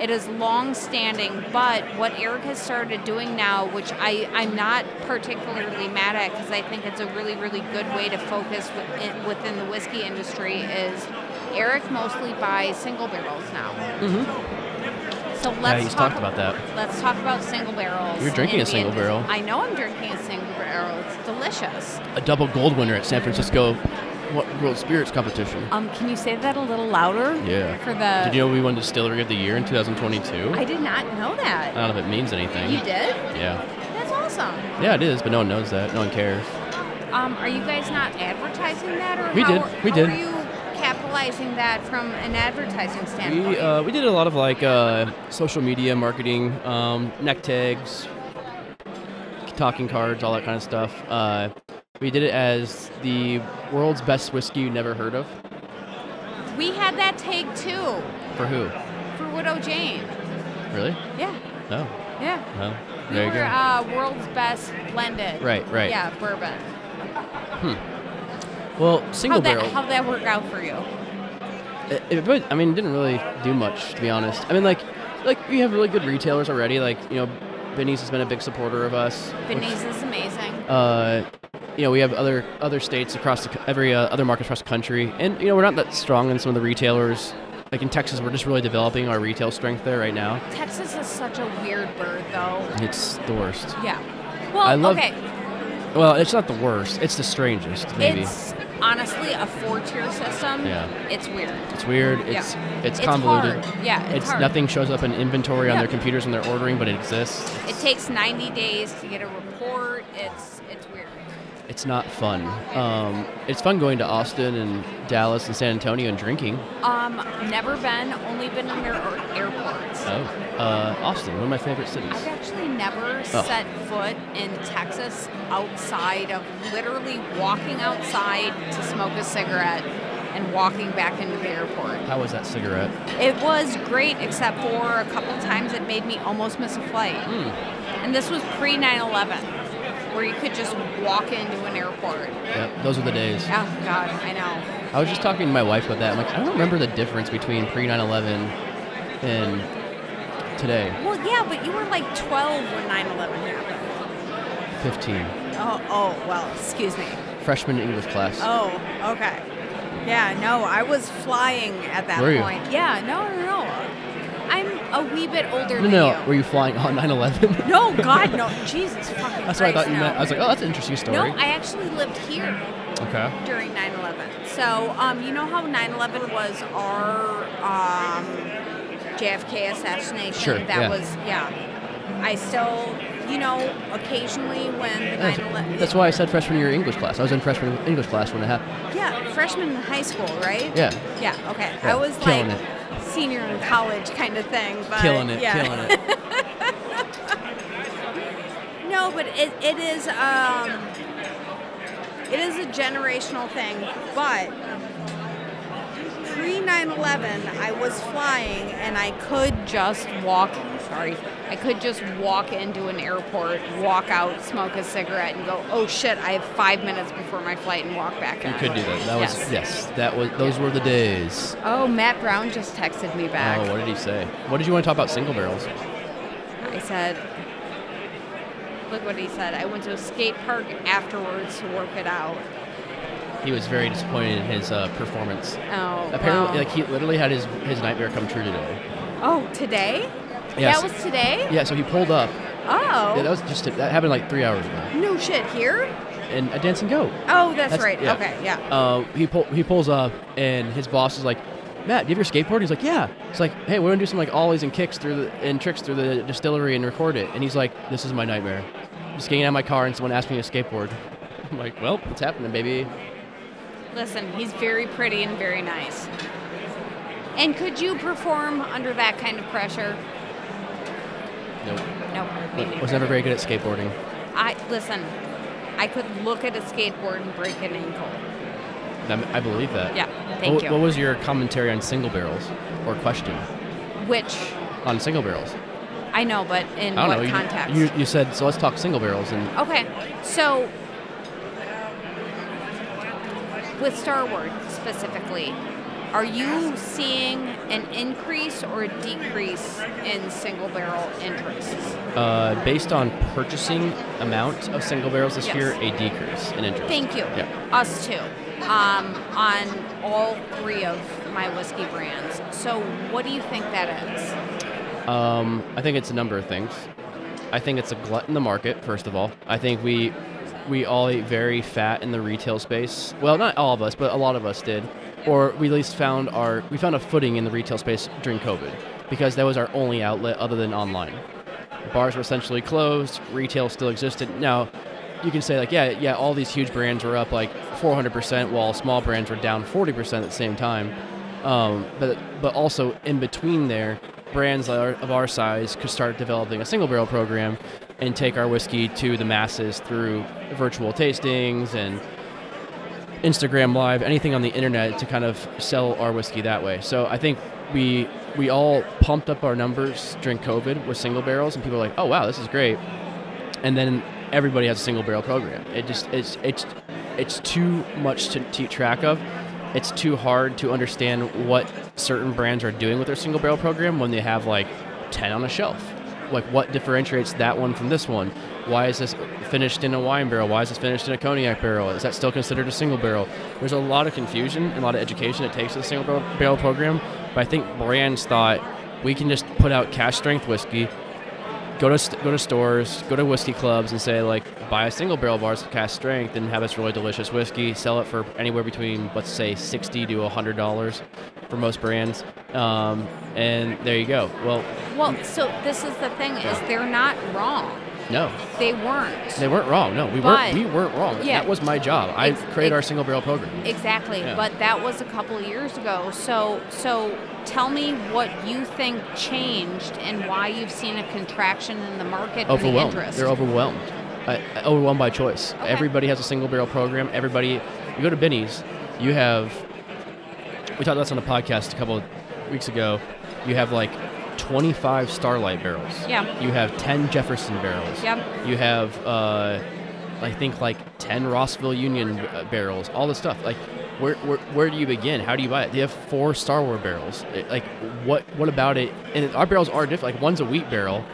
It is long standing, but what Eric has started doing now, which I, I'm not particularly mad at because I think it's a really, really good way to focus within, within the whiskey industry, is Eric mostly buys single barrels now. So let's
Mm-hmm. he's
talk
talked about that.
Let's talk about single barrels.
You're drinking
and
a single
being-
barrel.
I know I'm drinking a single barrel. It's delicious.
A double gold winner at San Francisco Wo- World Spirits Competition.
Um, can you say that a little louder?
Yeah.
For the.
Did you know we won Distillery of the Year in 2022?
I did not know that.
I don't know if it means anything.
You did?
Yeah.
That's awesome.
Yeah, it is, but no one knows that. No one cares.
Um, are you guys not advertising that, or
We
how
did.
Are,
We
how
did.
Are you capitalizing that from an advertising standpoint?
We uh, we did a lot of like uh, social media marketing, um, neck tags, talking cards, all that kind of stuff. Uh, we did it as the world's best whiskey you never heard of.
We had that take too
For who?
for Widow Jane.
Really?
Yeah,
No.
yeah.
No.
We
There you
were
go.
Uh, world's best blended.
Right, right.
Yeah, bourbon.
Well, single
how'd that,
barrel.
How'd that work out for you?
it, it really- I mean, it didn't really do much to be honest. I mean, like, like we have really good retailers already. Like, you know, Benny's has been a big supporter of us. which,
Vinny's is amazing.
uh, you know, we have other other states across the, c- every uh, other market across the country, and you know, we're not that strong in some of the retailers. Like in Texas, we're just really developing our retail strength there right now.
Texas is such a weird bird, though.
It's the worst.
Yeah. Well,
I love-
okay.
Well, it's not the worst. It's the strangest, maybe.
It's honestly a four-tier system.
Yeah.
It's weird.
It's weird. It's
yeah.
it's convoluted.
hard. Yeah, it's,
It's
hard.
nothing shows up in inventory on
Yeah.
their computers when they're ordering, but it exists.
It takes 90 days to get a report. It's it's weird.
It's not fun. Um, it's fun going to Austin and Dallas and San Antonio and drinking.
Um, never been. Only been in their air- airports.
Oh, uh, Austin, one of my favorite cities.
I've actually never
Oh.
set foot in Texas outside of literally walking outside to smoke a cigarette and walking back into the airport.
How was that cigarette?
It was great, except for a couple times it made me almost miss a flight. And this was pre 9 11, where you could just walk into an airport.
Yep, those were the days.
Oh, God, I know.
I was just talking to my wife about that. I'm like, I don't remember the difference between pre 9 11 and today,
Well, yeah, but you were like 12 when 9 11 happened.
15.
Oh, oh, well, excuse me.
Freshman English class.
Oh, okay. Yeah, no, I was flying at that
Were you?
point. Yeah, no, no, no. I'm a wee bit older
no,
than
no,
you.
were you flying on 9 11?
No, God, no. Jesus fucking
That's what I
Christ,
thought you
no.
meant. I was like, oh, that's an interesting story.
No, I actually lived here
okay.
during 9/11. So, um, you know how 9/11 was our um, JFK assassination?
Sure,
That
yeah.
was yeah. I still, you know, occasionally when the 9/11.
That's, that's why I said freshman year English class. I was in freshman English class when it happened.
Yeah, freshman in high school, right?
Yeah.
Yeah. Okay.
Yeah,
I was
killing
like senior in college kind of thing, but Uh, yeah.
killing it.
No, but it, it is um, it is a generational thing. But pre 9/11, I was flying and I could just walk. Sorry, I could just walk into an airport, walk out, smoke a cigarette, and go. Oh shit! I have five minutes before my flight, and walk back.
You
in."
could do that. That
Yes.
was yes. That was those were the days.
Oh, Matt Brown just texted me back.
Oh, what did he say? What did you want to talk about single barrels?
I said, look what he said. I went to a skate park afterwards to work it out.
He was very disappointed in his uh, performance.
Oh,
Apparently,
wow.
like he literally had his his nightmare come true today.
oh, today?
Yes.
That was today?
Yeah, so he pulled up.
Oh.
Yeah, that was just that happened like three hours ago.
no shit here?
And a dancing goat.
Oh, that's,
That's-
right.
yeah.
Okay, yeah.
Uh, he pull, he pulls up, and his boss is like, "Matt, do you have your skateboard?" He's like, "Yeah." It's like, "Hey, we're gonna do some like ollies and kicks through the and tricks through the distillery and record it." And he's like, "This is my nightmare. Just getting out of my car and someone asked me to skateboard." I'm like, "Well, what's happening, baby?"
Listen, he's very pretty and very nice. And could you perform under that kind of pressure?
Nope.
No, me
But
neither.
was never very good at skateboarding.
I listen. I could look at a skateboard and break an ankle.
I'm- I believe that.
Yeah, thank
what,
you.
What was your commentary on single barrels, or question
Which
on single barrels?
I know, but in
I
what
don't know. you-
context?
You, you said so. Let's talk single barrels and
Okay, so with Star Wars specifically, are you seeing an increase or a decrease in single barrel interests?
uh, based on purchasing amount of single barrels this
Yes.
year, a decrease in interest.
Thank you.
Yeah.
Us too. Um, on all three of my whiskey brands. So, what do you think that is?
Um, I think it's a number of things. I think it's a glut in the market. First of all, I think we we all ate very fat in the retail space. Well, not all of us, but a lot of us did, or we at least found our we found a footing in the retail space during COVID because that was our only outlet other than online. Bars were essentially closed. Retail still existed. Now, you can say like, yeah, yeah, all these huge brands were up like 400%, while small brands were down 40% at the same time. Um, but but also in between there, brands that are, of our size could start developing a single barrel program and take our whiskey to the masses through virtual tastings and Instagram Live, anything on the internet to kind of sell our whiskey that way. So I think we we all pumped up our numbers during COVID with single barrels, and people were like, "Oh wow, this is great," and then everybody has a single barrel program. It just it's it's it's too much to keep track of. It's too hard to understand what certain brands are doing with their single barrel program when they have like ten on a shelf. Like what differentiates that one from this one? Why is this finished in a wine barrel? Why is this finished in a cognac barrel? Is that still considered a single barrel? There's a lot of confusion and a lot of education it takes with the single barrel, barrel program. But I think brands thought we can just put out cash strength whiskey, go to st- go to stores, go to whiskey clubs, and say like buy a single barrel of ours of cast strength and have this really delicious whiskey. Sell it for anywhere between let's say sixty to hundred dollars for most brands, um, and there you go. Well,
Well, so this is the thing is they're not wrong.
no,
They weren't.
they weren't wrong. No, we
But-
weren't. We weren't wrong.
yeah.
That was my job. I
Ex-
created our
ex-
single barrel program.
Exactly,
Yeah.
but that was a couple of years ago. So, so tell me what you think changed and why you've seen a contraction in the market and the
overwhelmed.
interest.
They're overwhelmed. Uh, overwhelmed by choice.
Okay.
Everybody has a single barrel program. Everybody, you go to Benny's, you have. We talked about this on a podcast a couple of weeks ago. You have like 25 Starlight barrels.
Yeah.
You have 10 Jefferson barrels.
Yep.
You have, uh, I think, like 10 Rossville Union uh, barrels. All this stuff. Like, where, where, where do you begin? How do you buy it? They have four Star Wars barrels. It- like, what what about it? And our barrels are different. Like, one's a wheat barrel.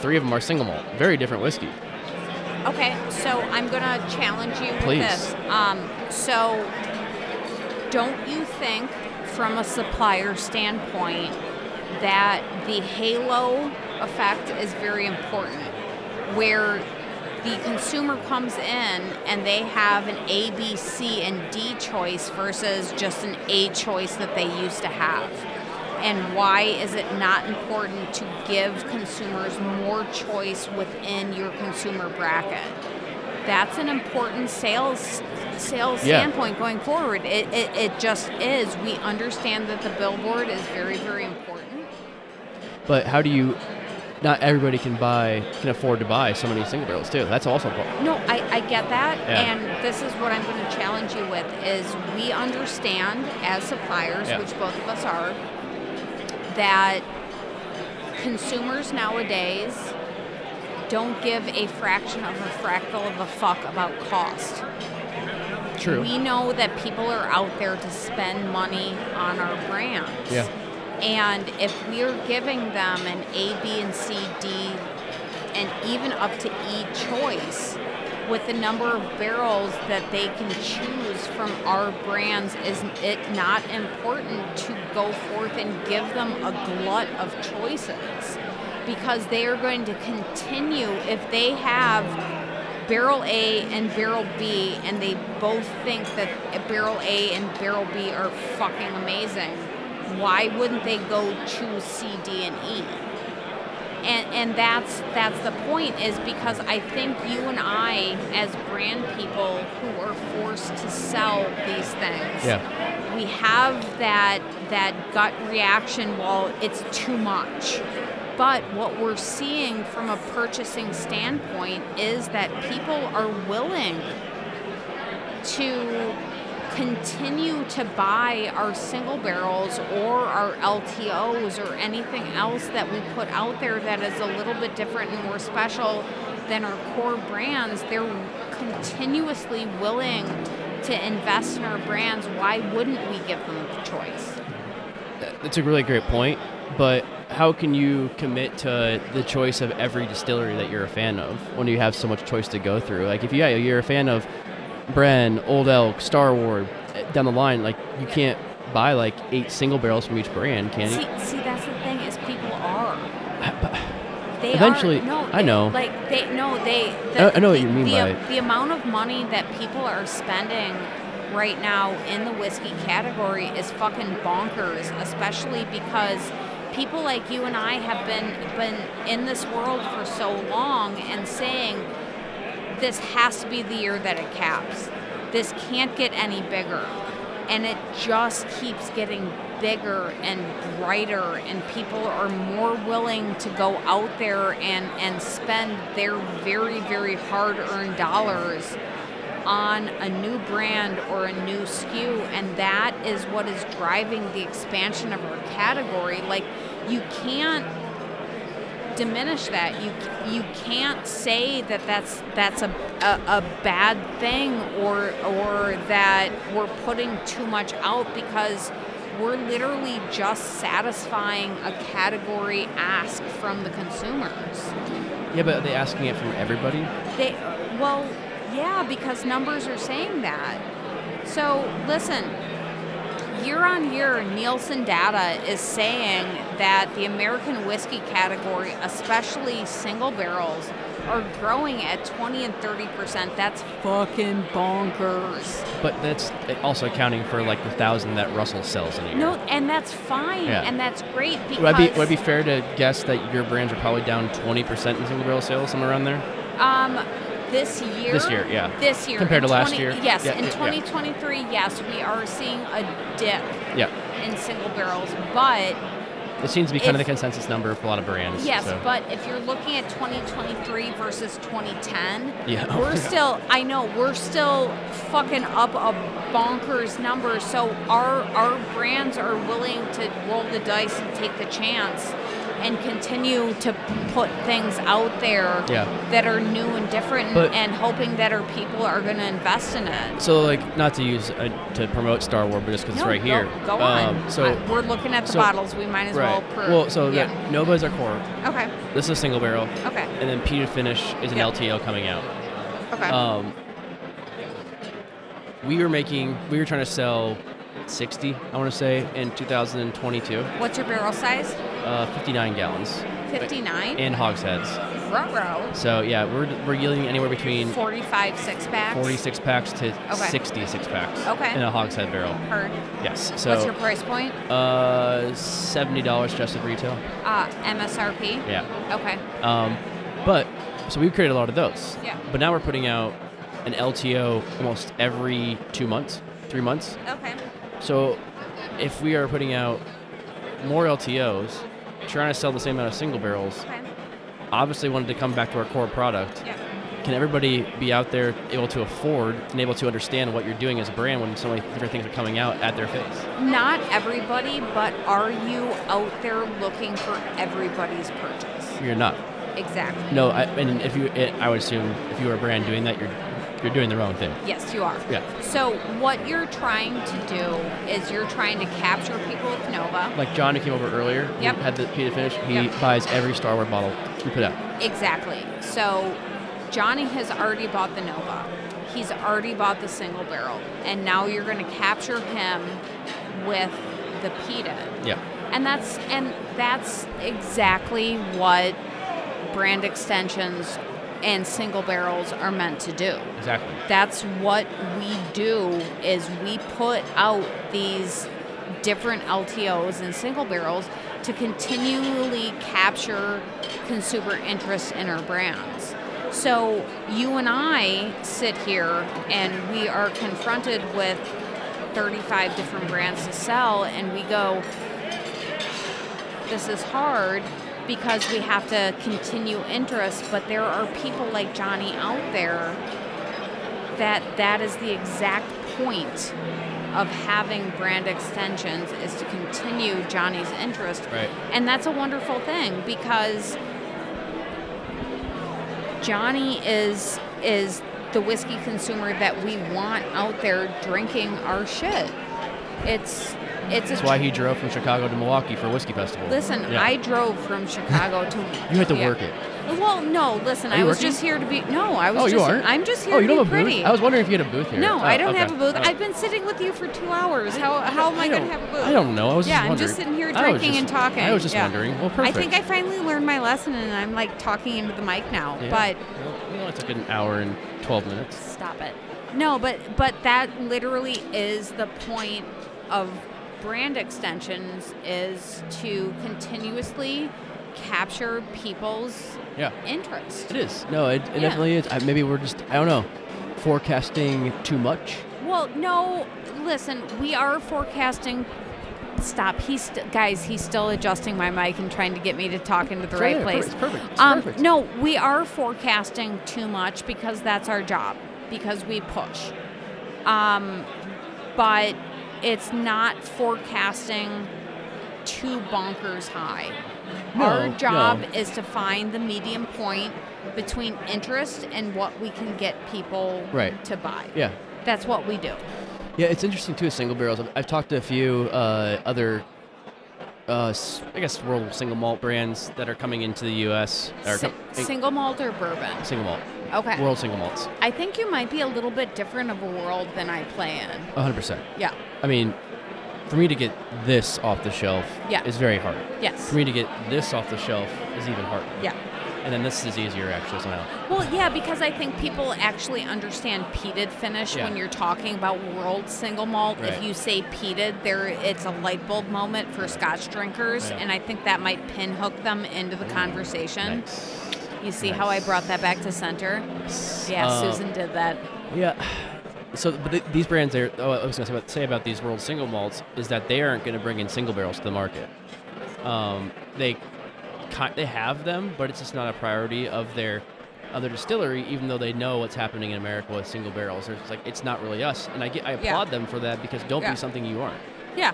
Three of them are single malt. Very different whiskey.
okay, so I'm gonna challenge you
Please.
with this. Um, so, don't you think, from a supplier standpoint, that the halo effect is very important, where the consumer comes in and they have an A, B, C, and D choice versus just an A choice that they used to have? And why is it not important to give consumers more choice within your consumer bracket? That's an important sales sales
Yeah.
standpoint going forward. It, it, it just is. We understand that the billboard is very, very important.
But how do you? Not everybody can buy can afford to buy so many single barrels too. That's also important.
No, I, I get that.
Yeah.
And this is what I'm going to challenge you with is we understand as suppliers,
Yeah.
which both of us are, that consumers nowadays don't give a fraction of a fractal of a fuck about cost.
True.
We know that people are out there to spend money on our brands.
Yeah.
And if we're giving them an A, B, and C, D, and even up to E choice with the number of barrels that they can choose from our brands, is it not important to go forth and give them a glut of choices? Because they are going to continue if they have barrel A and barrel B, and they both think that barrel A and barrel B are fucking amazing. Why wouldn't they go choose C, D, and E? And and that's that's the point is because I think you and I, as brand people who are forced to sell these things,
Yeah.
we have that that gut reaction well it's too much but what we're seeing from a purchasing standpoint is that people are willing to continue to buy our single barrels or our LTOs or anything else that we put out there that is a little bit different and more special than our core brands. They're continuously willing to invest in our brands. Why wouldn't we give them the choice?
That's a really great point. But how can you commit to the choice of every distillery that you're a fan of when you have so much choice to go through? Like if you, yeah, you're a fan of Bren, Old Elk, Star Ward, eh, down the line, like you can't buy like eight single barrels from each brand, can you?
See, see, that's the thing is people are. They
Eventually-
are, no,
I know.
They, like they, no, they. The,
I- I know what
the-
you mean
the,
by it.
The amount of money that people are spending right now in the whiskey category is fucking bonkers, especially because people like you and I have been been in this world for so long and saying this has to be the year that it caps. This can't get any bigger. And it just keeps getting bigger and brighter, and people are more willing to go out there and, and spend their very, very hard earned dollars on a new brand or a new SKU, and that is what is driving the expansion of our category. Like, you can't diminish that. You you can't say that that's that's a, a, a bad thing or or that we're putting too much out because we're literally just satisfying a category ask from the consumers.
Yeah, but are they asking it from everybody?
They well, yeah, because numbers are saying that. So listen, year on year, Nielsen data is saying that the American whiskey category, especially single barrels, are growing at 20 and 30 percent. That's fucking bonkers.
But that's eh, also accounting for like the thousand that Russell sells in a year.
No, and that's fine,
Yeah.
and that's great because
Would I be would I be fair to guess that your brands are probably down twenty percent in single barrel sales, somewhere around there?
um, this year.
This year, yeah.
This year
Compared
in
to last
20
year?
Yes,
Yeah,
in
yeah, yeah.
2023, yes, we are seeing a dip
Yeah,
in single barrels, but
it seems to be kind of the
If-
consensus number for a lot of brands.
Yes,
so.
but if you're looking at 2023 versus 2010,
Yeah.
we're still, I know, we're still fucking up a bonkers number. So our, our brands are willing to roll the dice and take the chance and continue to put things out there
Yeah.
that are new and different
But-
and hoping that our people are going to invest in it.
so like not to use uh, to promote Star Wars, but just because
No,
it's right
go-
here.
Go on.
Um, so
I- we're looking at the
so-
bottles. We might as
right.
well. Per,
well, so
yeah.
that Nova is our core.
Okay.
This is a single barrel,
Okay.
and then Peter Finish is an
Yeah.
LTO coming out.
Okay.
Um, we were making we were trying to sell sixty, I want to say, in 2022,
What's your barrel size?
uh, 59 gallons
59?
in hogsheads.
Ruh-roh.
So yeah, we're we're yielding anywhere between
45 six packs.
46 packs to 66 packs
Okay.
in a hogshead barrel.
Heard.
Yes.
What's your
So
price point?
uh, seventy dollars just at retail.
Uh, MSRP?
Yeah.
Okay.
Um, but so we've created a lot of those.
Yeah.
But now we're putting out an LTO almost every two months, three months.
Okay.
So if we are putting out more LTOs, trying to sell the same amount of single barrels,
Okay.
obviously wanted to come back to our core product.
Yeah.
Can everybody be out there able to afford and able to understand what you're doing as a brand when so many different things are coming out at their face?
Not everybody, but are you out there looking for everybody's purchase?
You're not.
Exactly.
No, I, and if you, it, I would assume if you were a brand doing that, you're you're doing the wrong thing.
Yes, you are.
Yeah.
So what you're trying to do is you're trying to capture people with Nova.
Like John who came over earlier, who
Yep.
had the pita finish. He
Yep.
buys every Star Wars bottle we put out.
Exactly. So Johnny has already bought the Nova. He's already bought the single barrel. And now you're going to capture him with the PETA.
Yeah.
And that's and that's exactly what brand extensions and single barrels are meant to do
Exactly.
that's what we do is we put out these different LTOs and single barrels to continually capture consumer interest in our brands. So you and I sit here and we are confronted with 35 different brands to sell and we go this is hard because we have to continue interest but there are people like Johnny out there that that is the exact point of having brand extensions is to continue Johnny's interest.
Right.
And that's a wonderful thing because Johnny is is the whiskey consumer that we want out there drinking our shit. It's it's
That's
a
why he drove from Chicago to Milwaukee for Whiskey Festival.
Listen,
Yeah.
I drove from Chicago to.
You had to
yeah.
work it.
Well, no. Listen, I
you
was
working?
just here to be. No, I was.
oh,
just,
you aren't.
I'm just
Oh,
here to
you don't
be
have a
pretty.
booth. I was wondering if you had a booth here.
No,
Oh,
I don't
okay.
have a booth.
Oh.
I've been sitting with you for two hours. How how am I,
don't-
gonna have a booth?
I don't know. I was just
yeah, I'm
wondering.
just sitting here
I was
drinking
just-
and talking.
I was just
Yeah.
wondering. Well,
I think
perfect.
I finally learned my lesson, and I'm like talking into the mic now.
Yeah.
But
Well, you know, it took an hour and 12 minutes.
Stop it. No, but but that literally is the point of brand extensions is to continuously capture people's
Yeah.
interest.
It is. No, it, it
Yeah.
definitely is. I, maybe we're just, I don't know, forecasting too much.
Well, no, listen, we are forecasting Stop. He's st- guys, he's still adjusting my mic and trying to get me to talk into the
It's
right
right there.
place.
It's perfect. It's
um
perfect.
no, we are forecasting too much because that's our job. because we push. Um, but it's not forecasting too bonkers high. Our
No,
job
no.
is to find the medium point between interest and what we can get people
Right.
to buy.
Yeah.
That's what we do.
Yeah, it's interesting too. Single barrels. I've, I've talked to a few uh, other, uh, s- I guess, world single malt brands that are coming into the U.S. that Are
Si-
com-
single malt or bourbon?
single malt,
Okay.
world single malts,
I think you might be a little bit different of a world than I play in.
100. percent
Yeah.
I mean, for me to get this off the shelf
Yeah.
is very hard.
Yes.
For me to get this off the shelf is even harder.
Yeah.
And then this is easier actually somehow.
Well, yeah, because I think people actually understand peated finish
Yeah.
when you're talking about world single malt.
Right.
If you say peated, there it's a light bulb moment for Scotch drinkers,
Yeah.
and I think that might pinhook them into the conversation.
Nice.
You see how I
Nice.
brought that back to center? Yeah,
Uh,
Susan did that.
Yeah. So, but th- these brands, are, oh, I was going to say about, say about these world single malts is that they aren't going to bring in single barrels to the market. Um, they ki- they have them, but it's just not a priority of their of their distillery, even though they know what's happening in America with single barrels. They're just like, it's not really us, and I get I
Yeah.
applaud them for that because don't
Yeah.
be something you aren't.
Yeah.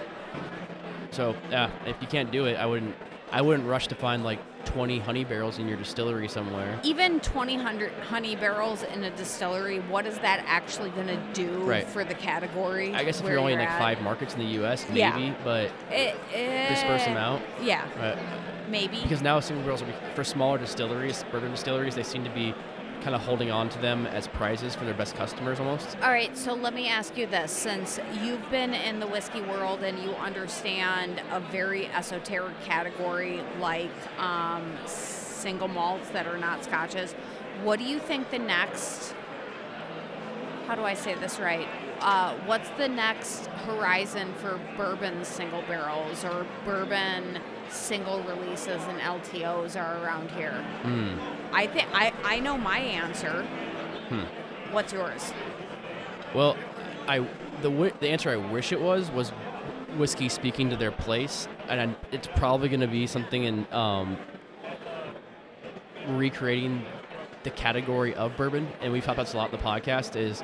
So, yeah, if you can't do it, I wouldn't I wouldn't rush to find like 20 honey barrels in your distillery somewhere.
Even 20 hundred honey barrels in a distillery, what is that actually going to do
Right.
for the category?
I guess if
where
you're only in like
at?
five markets in the U.S., maybe,
Yeah.
but
it, it,
disperse them out.
Yeah,
Right.
maybe.
because now single barrels are bec- for smaller distilleries, bourbon distilleries, they seem to be kind of holding on to them as prizes for their best customers almost.
All right, so let me ask you this since you've been in the whiskey world and you understand a very esoteric category like um, single malts that are not scotches, what do you think the next, how do I say this right? Uh, what's the next horizon for bourbon single barrels or bourbon single releases and LTOs are around here?
Mm.
I think I, I know my answer.
Hmm.
What's yours?
Well, I the wi- the answer I wish it was was whiskey speaking to their place, and i it's probably going to be something in um, recreating the category of bourbon. And we've talked about this a lot in the podcast. Is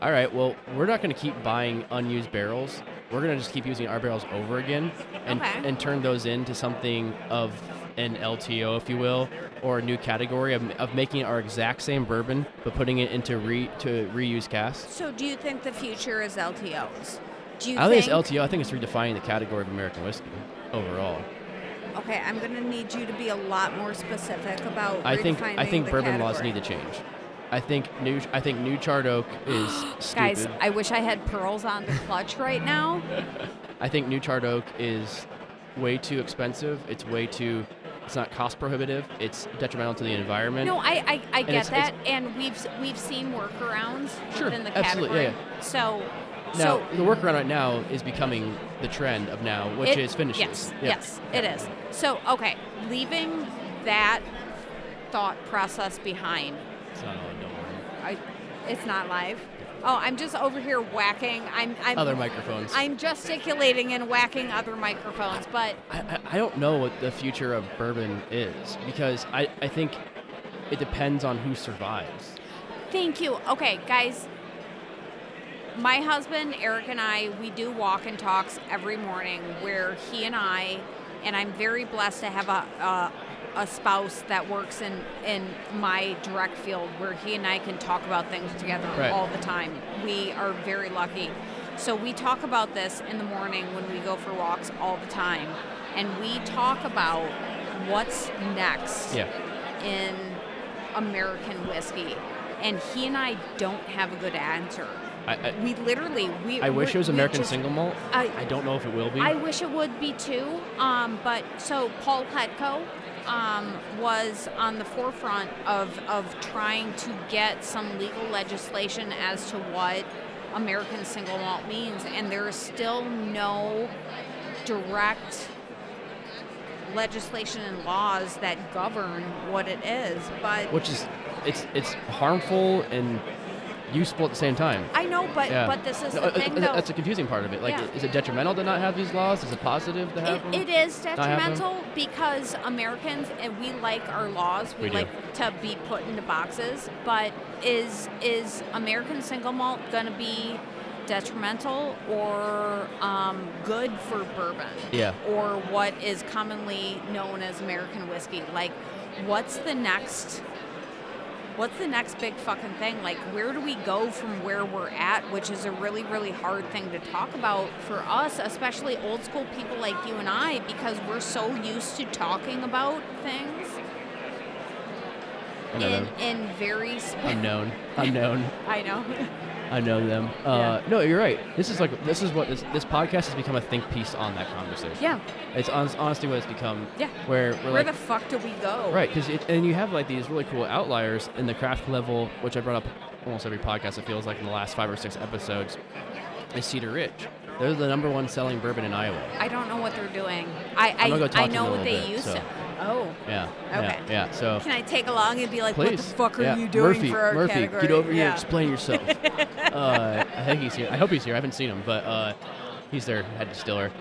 all right. Well, we're not going to keep buying unused barrels. We're going to just keep using our barrels over again, and
Okay.
and turn those into something of an LTO, if you will, or a new category of, of making our exact same bourbon but putting it into re to reuse casks.
So, do you think the future is LTOs? Do you
I think, it's LTO. I think it's redefining the category of American whiskey overall.
Okay, I'm going to need you to be a lot more specific about.
I think I
redefining
think
the
bourbon laws
category.
need to change. I think new I think new charred oak is stupid.
Guys, I wish I had pearls on the clutch right now.
I think new charred oak is way too expensive. It's way too it's not cost prohibitive. It's detrimental to the environment.
No, I I, I get
it's- it's-
that, and we've s- we've seen workarounds
Sure,
within the
absolutely,
category.
yeah,
So,
now
so
the workaround right now is becoming the trend of now, which
It-
is finishes.
Yes,
Yeah.
yes, it is. So, okay, leaving that thought process behind,
It's not on, don't worry.
I, it's not live. Oh, I'm just over here whacking. I'm, I'm
Other microphones.
I'm gesticulating and whacking other microphones, but
I, I- I don't know what the future of bourbon is because I, I think it depends on who survives.
thank you. Okay, guys. My husband, Eric, and I, we do walk and talks every morning where he and I, and I'm very blessed to have a, a, a spouse that works in, in my direct field where he and I can talk about things together
Right.
all the time. We are very lucky. So we talk about this in the morning when we go for walks all the time. And we talk about what's next.
Yeah.
in American whiskey, and he and I don't have a good answer.
I, I,
We literally we.
I wish
we-
it was
we
American
just-
single malt.
I-
I don't know if it will be.
I wish it would be too. Um, but so Paul Petco um, was on the forefront of of trying to get some legal legislation as to what American single malt means, and there is still no direct legislation and laws that govern what it is. But
which is it's it's harmful and useful at the same time.
I know, but
Yeah.
but this is
No,
the
uh, uh,
thing,
uh,
though.
That's a confusing part of it. Like,
Yeah.
is it detrimental to not have these laws? Is it positive to have them?
It, it is
I have them?
detrimental because Americans and we like our laws. We,
We do.
like to be put into boxes. But is is American single malt going to be detrimental or um, good for bourbon?
Yeah.
Or what is commonly known as American whiskey? Like, what's the next? What's the next big fucking thing? Like, where do we go from where we're at? Which is a really, really hard thing to talk about for us, especially old school people like you and I, because we're so used to talking about things
I don't
in,
know.
in very. Sp-
Unknown, unknown.
I know.
I know them. Uh, No, you're right. This is like this is what this this podcast has become a think piece on that conversation.
Yeah.
It's hon- honestly what it's become.
Yeah.
Where we're
Where
like
the fuck do we go?
right because and you have like these really cool outliers in the craft level, which I brought up almost every podcast. It feels like in the last five or six episodes, is Cedar Ridge. They're the number one selling bourbon in Iowa.
I don't know what they're doing. I I,
I'm gonna go talk
I
to
know
them a
what
little
they
bit,
used
so-
to. Oh.
Yeah.
Okay.
Yeah. yeah. So.
Can I take along and be like,
Please.
what the fuck are
Yeah.
you doing
Murphy,
for our
Murphy,
category?
get over here
yeah.
and explain yourself. uh, I think he's here. I hope he's here. I haven't seen him, but uh, he's their head distiller.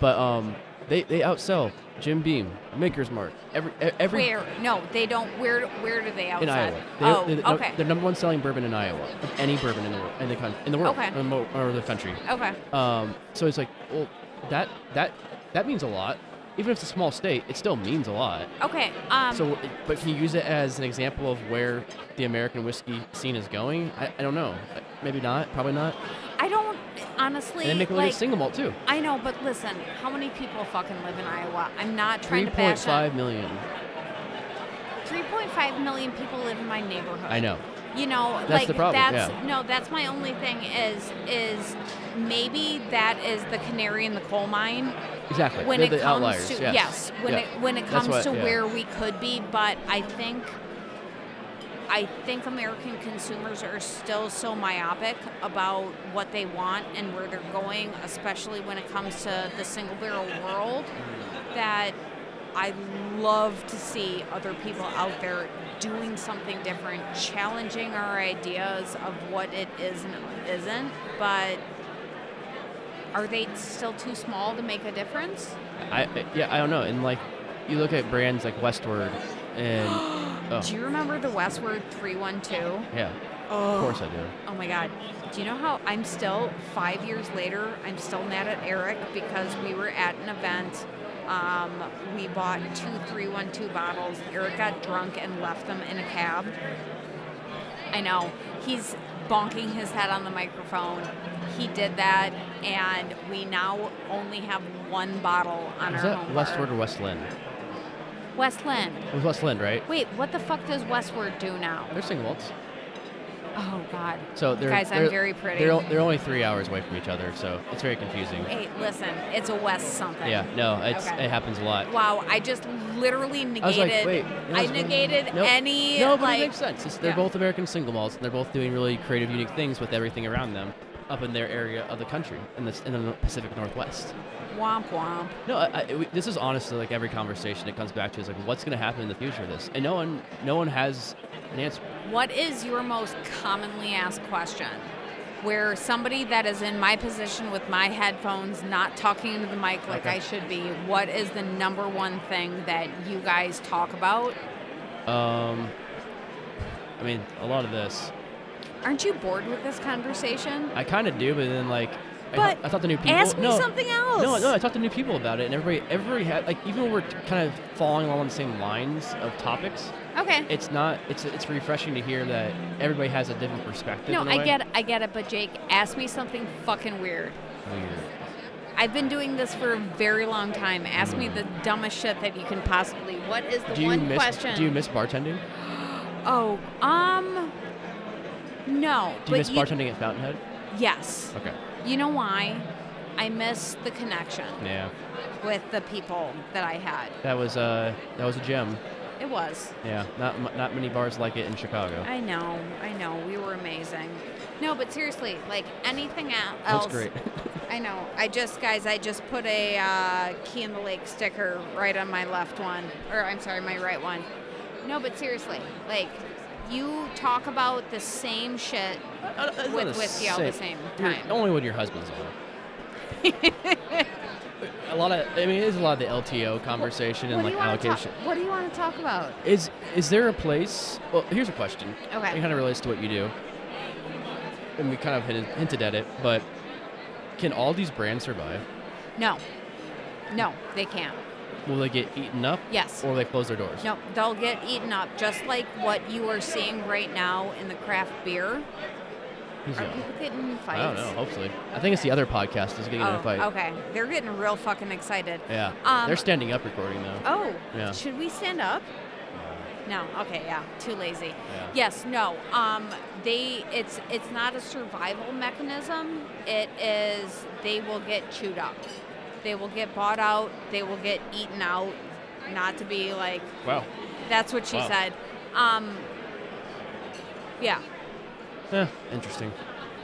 But um, they, they outsell Jim Beam, Maker's Mark, every e- every
Where? No, they don't. Where? Where do they
in
outside?
Iowa. They,
oh,
they're, the num-
okay.
they're number one selling bourbon in Iowa of any bourbon in the world, in the country, in the world,
Okay.
in the mo- or the country.
Okay.
Um, so it's like, well, that that that means a lot. Even if it's a small state, it still means a lot.
Okay. Um,
So, but can you use it as an example of where the American whiskey scene is going? I, I don't know. Uh, Maybe not. Probably not.
I don't honestly
And they make a little
like.
single malt too.
I know, but listen, how many people fucking live in Iowa? I'm not trying
Three
to
point
bash.
five million.
Three point five million people live in my neighborhood.
I know.
You know,
That's
like
the problem,
that's
yeah.
no, that's my only thing is is maybe that is the canary in the coal mine
Exactly.
when
They're
it
the
comes
outliers.
to
yes.
when
Yeah.
it when it
That's
comes
what-
to
yeah.
where we could be, but I think I think American consumers are still so myopic about what they want and where they're going, especially when it comes to the single barrel world that I love to see other people out there doing something different, challenging our ideas of what it is and isn't, but are they still too small to make a difference?
I, I- yeah, I don't know. And like, you look at brands like Westward, and oh
Do you remember the Westward 312?
yeah,
Oh.
of course I do.
Oh my God. Do you know how I'm still, five years later, I'm still mad at Eric because we were at an event. Um, we bought two 312 bottles. Eric got drunk and left them in a cab. I know. He's bonking his head on the microphone. He did that, and we now only have one bottle on
Is
our
that
home
Westward or
bar.
Westland?
Westland.
It was Westland, right?
Wait, what the fuck does Westward do now?
They're single malts.
Oh God.
So they're
guys,
they're-
I'm very pretty.
They're o- they're only three hours away from each other, so it's very confusing.
Hey, listen, it's a West something.
Yeah, no, it's
Okay.
it happens a lot.
Wow, I just literally negated.
I was like, wait, no,
I
it's-
negated
no,
any.
No, but
like,
it makes sense. It's, they're
yeah.
both American single malts, and they're both doing really creative, unique things with everything around them up in their area of the country in the, s- in the Pacific Northwest.
Womp womp.
No, I, I, we, this is honestly like every conversation it comes back to is like, what's going to happen in the future of this? And no one, no one has an answer.
What is your most commonly asked question? Where somebody that is in my position with my headphones, not talking into the mic like
Okay.
I should be, what is the number one thing that you guys talk about?
Um, I mean, a lot of this
Aren't you bored with this conversation?
I kind of do, but then like, I,
But
talk- I talk to new people.
ask me
no,
something
No,
else.
no, I talk to new people about it, and everybody, everybody had like, even when we're t- kind of following along the same lines of topics,
Okay.
it's not it's it's refreshing to hear that everybody has a different perspective
No,
in a
I
way.
get it, I get it, but Jake, ask me something fucking weird.
Weird.
I've been doing this for a very long time. Ask me the dumbest shit that you can possibly. What is the
do you
one
miss
question?
do you miss bartending
Oh, um, no.
do you
but
miss bartending at fountainhead
Yes.
okay
You know why? I miss the connection
yeah
with the people that I had.
that was uh that was a gem
It was.
yeah not mu- not many bars like it in chicago
I know. I know. We were amazing. No, but seriously, like anything el- else.
that's great
I know. I just, guys, I just put a uh, Key in the Lake sticker right on my left one, or I'm sorry, my right one. No, but seriously, like you talk about the same shit
Uh, it's not
With
a
whiskey all the same
you're-
time.
Only when your husband's on. a lot of, I mean, it is a lot of the LTO conversation
what
and
do
like
you want to talk,
allocation.
what do you want to talk about
Is is there a place? Well, here's a question.
Okay.
It kind of relates to what you do, and we kind of hinted, hinted at it, but can all these brands survive?
no no they can't
Will they get eaten up?
Yes.
Or will they close their doors?
No, they'll get eaten up, just like what you are seeing right now in the craft beer.
Who's
Are
yelling?
people getting in
I
fights?
don't know. Hopefully, I think it's the other podcast is getting in a
Oh,
fight.
okay. They're getting real fucking excited.
Yeah.
Um,
They're standing up recording though.
Oh,
Yeah.
should we stand up? No. Okay. Yeah. Too lazy.
Yeah.
Yes. No. Um. They. It's. It's not a survival mechanism. It is. They will get chewed up. They will get bought out. They will get eaten out. Not to be like
Wow.
That's what she
Wow.
said. Um, yeah,
Eh, interesting.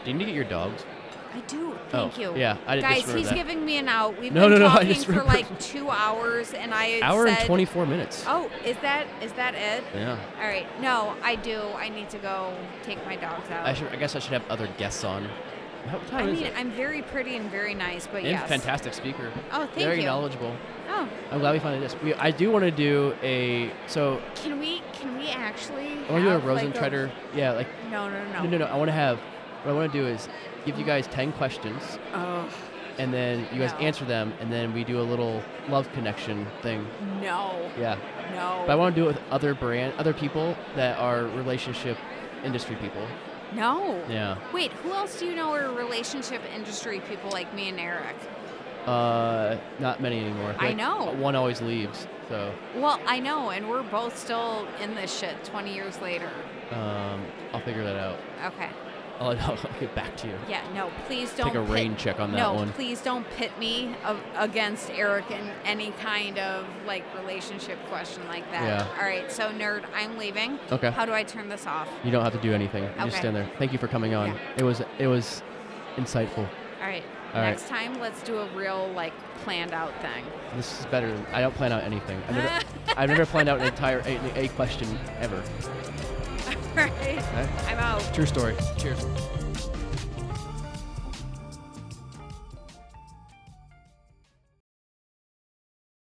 Do you need to get your dogs?
I do. Thank
Oh,
you.
yeah, I didn't
Guys,
disregard
he's
that.
giving me an out. We've
No,
been
no, no, I
talking
just
for
remembered.
like two hours, and I had
Hour
said,
and 24 minutes.
Oh, is that is that it?
Yeah.
All right. No, I do. I need to go take my dogs out.
I should. I guess I should have other guests on. How, what
I
time is
mean,
it?
I'm very pretty and very nice, but
And
yes.
fantastic speaker.
Oh, thank
Very
you.
knowledgeable.
Oh,
I'm glad we found this. We, I do want to do a so
can we can we actually?
I want to do Oh, a
have, like,
Rosentreter. yeah, like
No, no, no,
no, no, no. I want to have. What I want to do is give you guys 10 questions,
Oh
and then you guys
No.
answer them, and then we do a little love connection thing.
no,
Yeah.
no.
But I want to do it with other brand, other people that are relationship industry people.
No.
Yeah.
Wait, who else do you know are relationship industry people like me and Eric?
Uh, not many anymore.
I know.
One always leaves. So,
Well, I know, and we're both still in this shit 20 years later.
um, I'll figure that out.
Okay.
I'll, I'll get back to you.
Yeah, no, please don't.
a
pit-
rain check on that
no,
one.
please don't pit me a- against Eric in any kind of like relationship question like that.
Yeah.
All right, so nerd, I'm leaving.
Okay.
How do I turn this off?
You don't have to do anything. You
Okay.
just stand there. Thank you for coming on.
Yeah.
It was it was insightful.
All right.
All right.
next time, let's do a real like planned out thing.
This is better. I don't plan out anything. I've never, I've never planned out an entire a, a question ever.
All right.
Okay?
I'm out.
True story. Cheers.